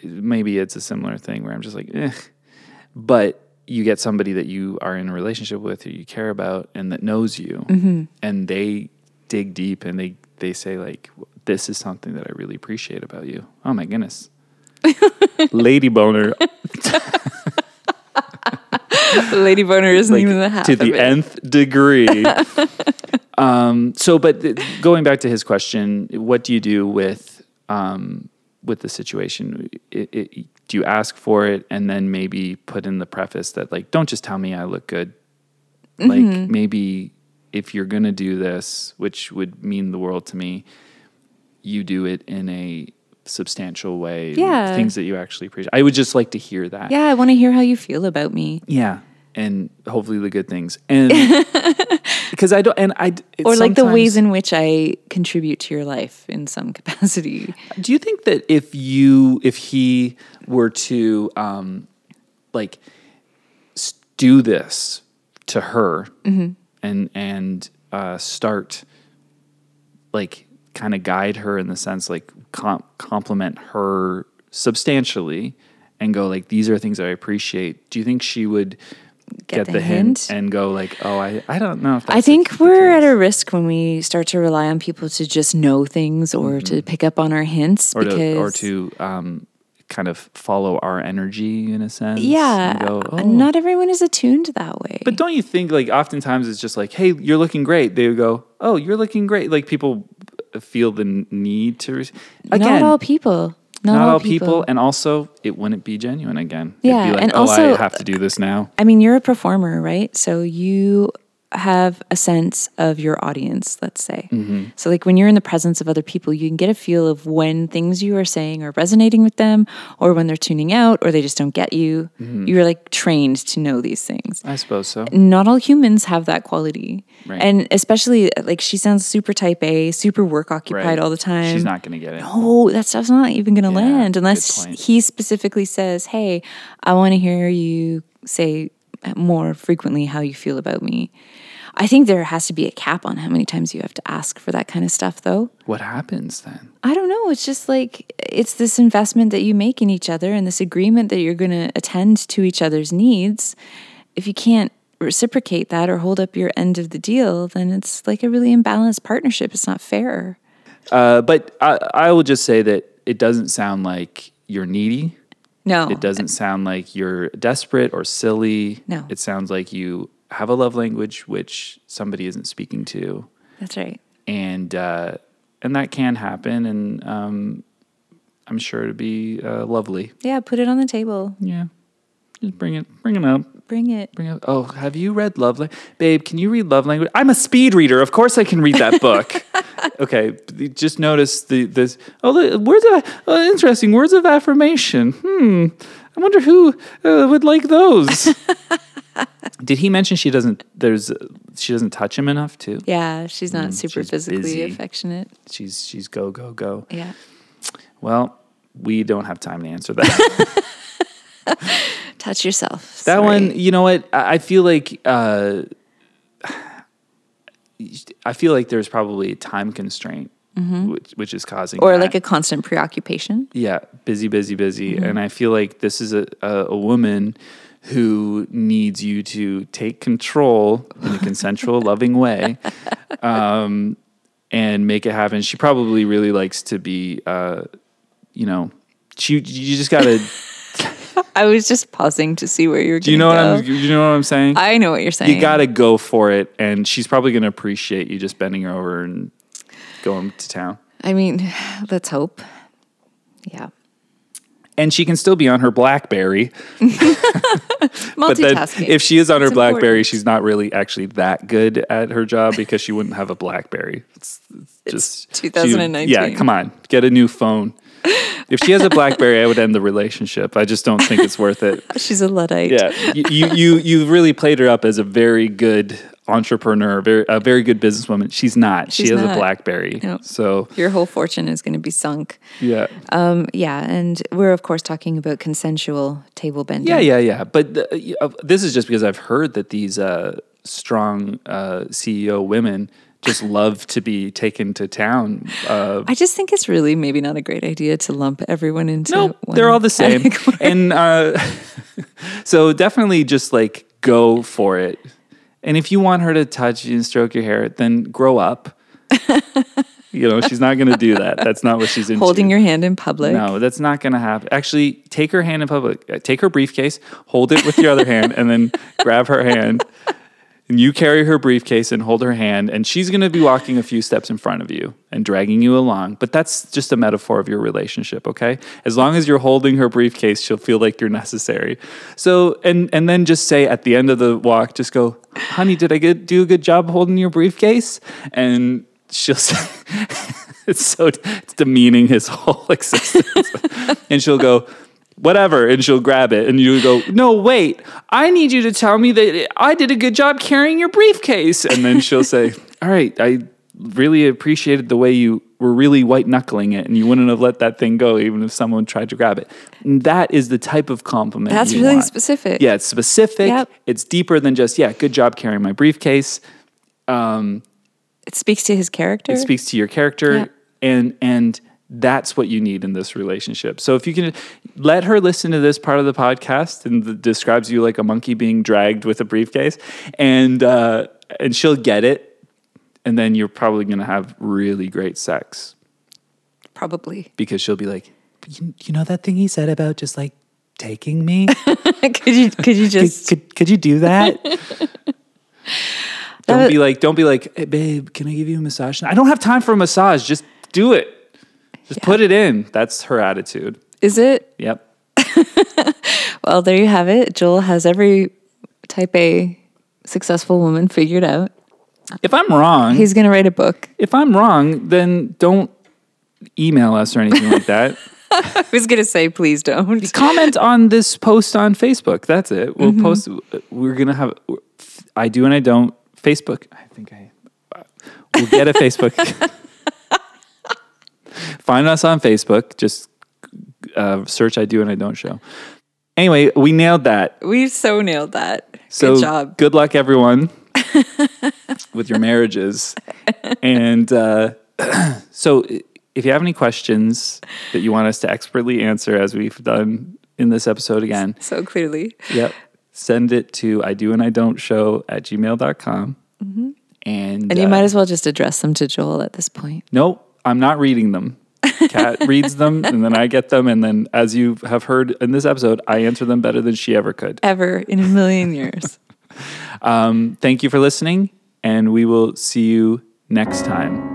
S2: maybe it's a similar thing where i'm just like eh. but you get somebody that you are in a relationship with who you care about and that knows you
S1: Mm-hmm.
S2: and they dig deep and they they say like this is something that i really appreciate about you oh my goodness
S1: <laughs>
S2: lady boner
S1: <laughs> Lady Boner isn't even the half
S2: to
S1: of
S2: the
S1: it.
S2: nth degree.
S1: <laughs>
S2: um, so, but th- going back to his question, what do you do with um, with the situation? It, it, do you ask for it and then maybe put in the preface that like, don't just tell me I look good.
S1: Mm-hmm.
S2: Like maybe if you're gonna do this, which would mean the world to me, you do it in a substantial way.
S1: Yeah.
S2: things that you actually appreciate. I would just like to hear that.
S1: Yeah, I want to hear how you feel about me.
S2: Yeah, and hopefully the good things,
S1: <laughs>
S2: and because I don't, and I d- it
S1: Or like the ways
S2: sometimes-
S1: in which I contribute to your life in some <laughs> capacity.
S2: Do you think that if you, if he were to, um, like, s- do this to her,
S1: Mm-hmm.
S2: and and uh, start, like, kind of guide her in the sense, like, com- compliment her substantially, and go like, these are things that I appreciate. Do you think she would?
S1: Get the hint?
S2: and go like, oh, I, I don't know if that's
S1: I
S2: the-
S1: think
S2: the
S1: we're at
S2: case."
S1: a risk when we start to rely on people to just know things or to pick up on our hints
S2: Mm-hmm. or
S1: because
S2: to or to um, kind of follow our energy in a sense.
S1: yeah,
S2: and go,
S1: uh,
S2: "Oh."
S1: not everyone is attuned that way.
S2: But don't you think like oftentimes it's just like, hey, you're looking great. They would go, oh, you're looking great. Like people feel the need to. Re- again,
S1: not all people. Not,
S2: not all people, and also it wouldn't be genuine again.
S1: Yeah,
S2: It'd be like,
S1: and
S2: oh,
S1: also-
S2: I have to do this now.
S1: I mean, you're a performer, right? So you have a sense of your audience, let's say.
S2: Mm-hmm.
S1: So, like when you're in the presence of other people, you can get a feel of when things you are saying are resonating with them, or when they're tuning out, or they just don't get you.
S2: Mm-hmm.
S1: You're like trained to know these things.
S2: I suppose so.
S1: Not all humans have that quality.
S2: Right.
S1: And especially, like, she sounds super type A, super work occupied
S2: Right.
S1: all the time
S2: She's not going to get it.
S1: oh, that stuff's not even going to land
S2: good
S1: unless
S2: point.
S1: he specifically says, hey, I want to hear you say more frequently how you feel about me. I think there has to be a cap on how many times you have to ask for that kind of stuff, though.
S2: What happens then?
S1: I don't know. It's just like it's this investment that you make in each other and this agreement that you're going to attend to each other's needs. If you can't reciprocate that or hold up your end of the deal, then it's like a really imbalanced partnership. It's not fair.
S2: Uh, but I, I will just say that it doesn't sound like you're needy.
S1: No.
S2: It doesn't sound like you're desperate or silly.
S1: No.
S2: It sounds like you have a love language which somebody isn't speaking to,
S1: That's right.
S2: and uh, and that can happen. And um, I'm sure it'd be uh, lovely.
S1: Yeah, put it on the table.
S2: Yeah. Just bring it, bring it up,
S1: Bring it.
S2: bring it up. Oh, have you read love language, babe? Can you read love language? I'm a speed reader. Of course, I can read that book. okay, just notice the this. Oh, the words of oh, interesting words of affirmation. Hmm. I wonder who uh, would like those. Did he mention she doesn't? There's she doesn't touch him enough too.
S1: Yeah, she's not super
S2: Mm, she's
S1: physically
S2: busy.
S1: affectionate.
S2: She's she's go go go.
S1: Yeah.
S2: Well, we don't have time to answer that.
S1: Touch yourself.
S2: That
S1: Sorry.
S2: one, you know what? I I feel like uh, I feel like there's probably a time constraint, which, which is causing,
S1: Mm-hmm. Or
S2: that.
S1: like a Mm-hmm. constant preoccupation.
S2: yeah, busy, busy, busy, and I feel like this is a, a a woman who needs you to take control in a
S1: <laughs>
S2: consensual, loving way, um, and make it happen. She probably really likes to be, uh, you know, she you
S1: <laughs>
S2: just gotta.
S1: I was just pausing to see where you were
S2: Do you know what I'm? Do you know what I'm saying?
S1: I know what you're saying.
S2: you got to go for it and she's probably going to appreciate you just bending her over and going to town
S1: I mean, <sighs> let's hope. Yeah.
S2: and she can still be on her blackberry but then
S1: Multitasking.
S2: if she is on her
S1: It's
S2: blackberry
S1: important.
S2: she's not really actually that good at her job because she wouldn't have a blackberry it's, it's just she would-
S1: 2019.
S2: yeah come on get a new phone if she has a blackberry i would end the relationship i just don't think it's worth
S1: <laughs>
S2: it
S1: <laughs> She's a Luddite.
S2: yeah you you you you've really played her up as a very good entrepreneur very a very good businesswoman she's not she
S1: She's
S2: has a
S1: not.
S2: blackberry
S1: No.
S2: so
S1: Your whole fortune is going to be sunk.
S2: yeah
S1: Um, yeah. And we're, of course, talking about consensual table bending.
S2: yeah yeah yeah but uh, y- uh, this is just because i've heard that these uh, strong uh, ceo women just love to be taken to town uh,
S1: I just think it's really maybe not a great idea to lump everyone into.
S2: no
S1: one
S2: they're all
S1: <laughs>
S2: the same
S1: category.
S2: and uh, <laughs> so definitely just like go for it and if you want her to touch you and stroke your hair then
S1: <laughs>
S2: grow up you know she's not going to do that that's not what she's into
S1: Holding your hand in public.
S2: no, that's not going to happen. Actually, take her hand in public. Uh, Take her briefcase, hold it with your other hand, and then <laughs> grab her hand. And you carry her briefcase and hold her hand, and she's going to be walking a few steps in front of you and dragging you along. But that's just a metaphor of your relationship, okay? As long as you're holding her briefcase, she'll feel like you're necessary. So, and and then just say at the end of the walk, just go, "Honey, did I get, do a good job holding your briefcase?" And she'll <laughs> say, <laughs> "It's so it's demeaning his whole <laughs> existence." and she'll go whatever and she'll grab it and you go no wait i need you to tell me that i did a good job carrying your briefcase and then she'll say all right i really appreciated the way you were really white knuckling it and you wouldn't have let that thing go even if someone tried to grab it and that is the type of compliment
S1: That's
S2: you
S1: really
S2: want.
S1: specific.
S2: yeah it's specific
S1: Yep.
S2: it's deeper than just yeah good job carrying my briefcase
S1: It speaks to his character.
S2: it speaks to your character
S1: Yeah.
S2: and and that's what you need in this relationship so if you can let her listen to this part of the podcast and the, describes you like a monkey being dragged with a briefcase and uh, and she'll get it and then you're probably going to have really great sex
S1: <laughs> Probably.
S2: because she'll be like
S3: You, you know that thing he said about just like taking me?
S1: could you could you
S3: could,
S1: just
S3: could, could you do
S1: <laughs>
S3: that?
S2: don't
S1: That-
S2: be like don't be like hey, babe can i give you a massage i don't have time for a massage just do it just put it in that's her attitude
S1: is it
S2: yep
S1: Well, there you have it. Joel has every type A successful woman figured out.
S2: if i'm wrong
S1: He's going to write a book.
S2: if I'm wrong, then don't email us or anything like that.
S1: <laughs> I was going to say, please <laughs> don't.
S2: Comment on this post on Facebook. That's it. We'll post. We're gonna have. I do and I don't. Facebook. I think I. We'll get a Facebook. Find us on Facebook. Just uh, search "I do and I don't show." Anyway, we nailed that.
S1: We so nailed that.
S2: So
S1: Good job.
S2: Good luck, everyone, <laughs> with your marriages. And uh, <clears throat> so, i- if you have any questions that you want us to expertly answer, as we've done in this episode again,
S1: So clearly.
S2: yep, send it to I do and I don't show at gmail.com. And,
S1: Mm-hmm. And you might as well just address them to Joel at this point.
S2: uh, Nope. I'm not reading them. Kat reads them and then I get them. And then, as you have heard in this episode, I answer them better than she ever could.
S1: ever in a million years.
S2: Um, thank you for listening, and we will see you next time.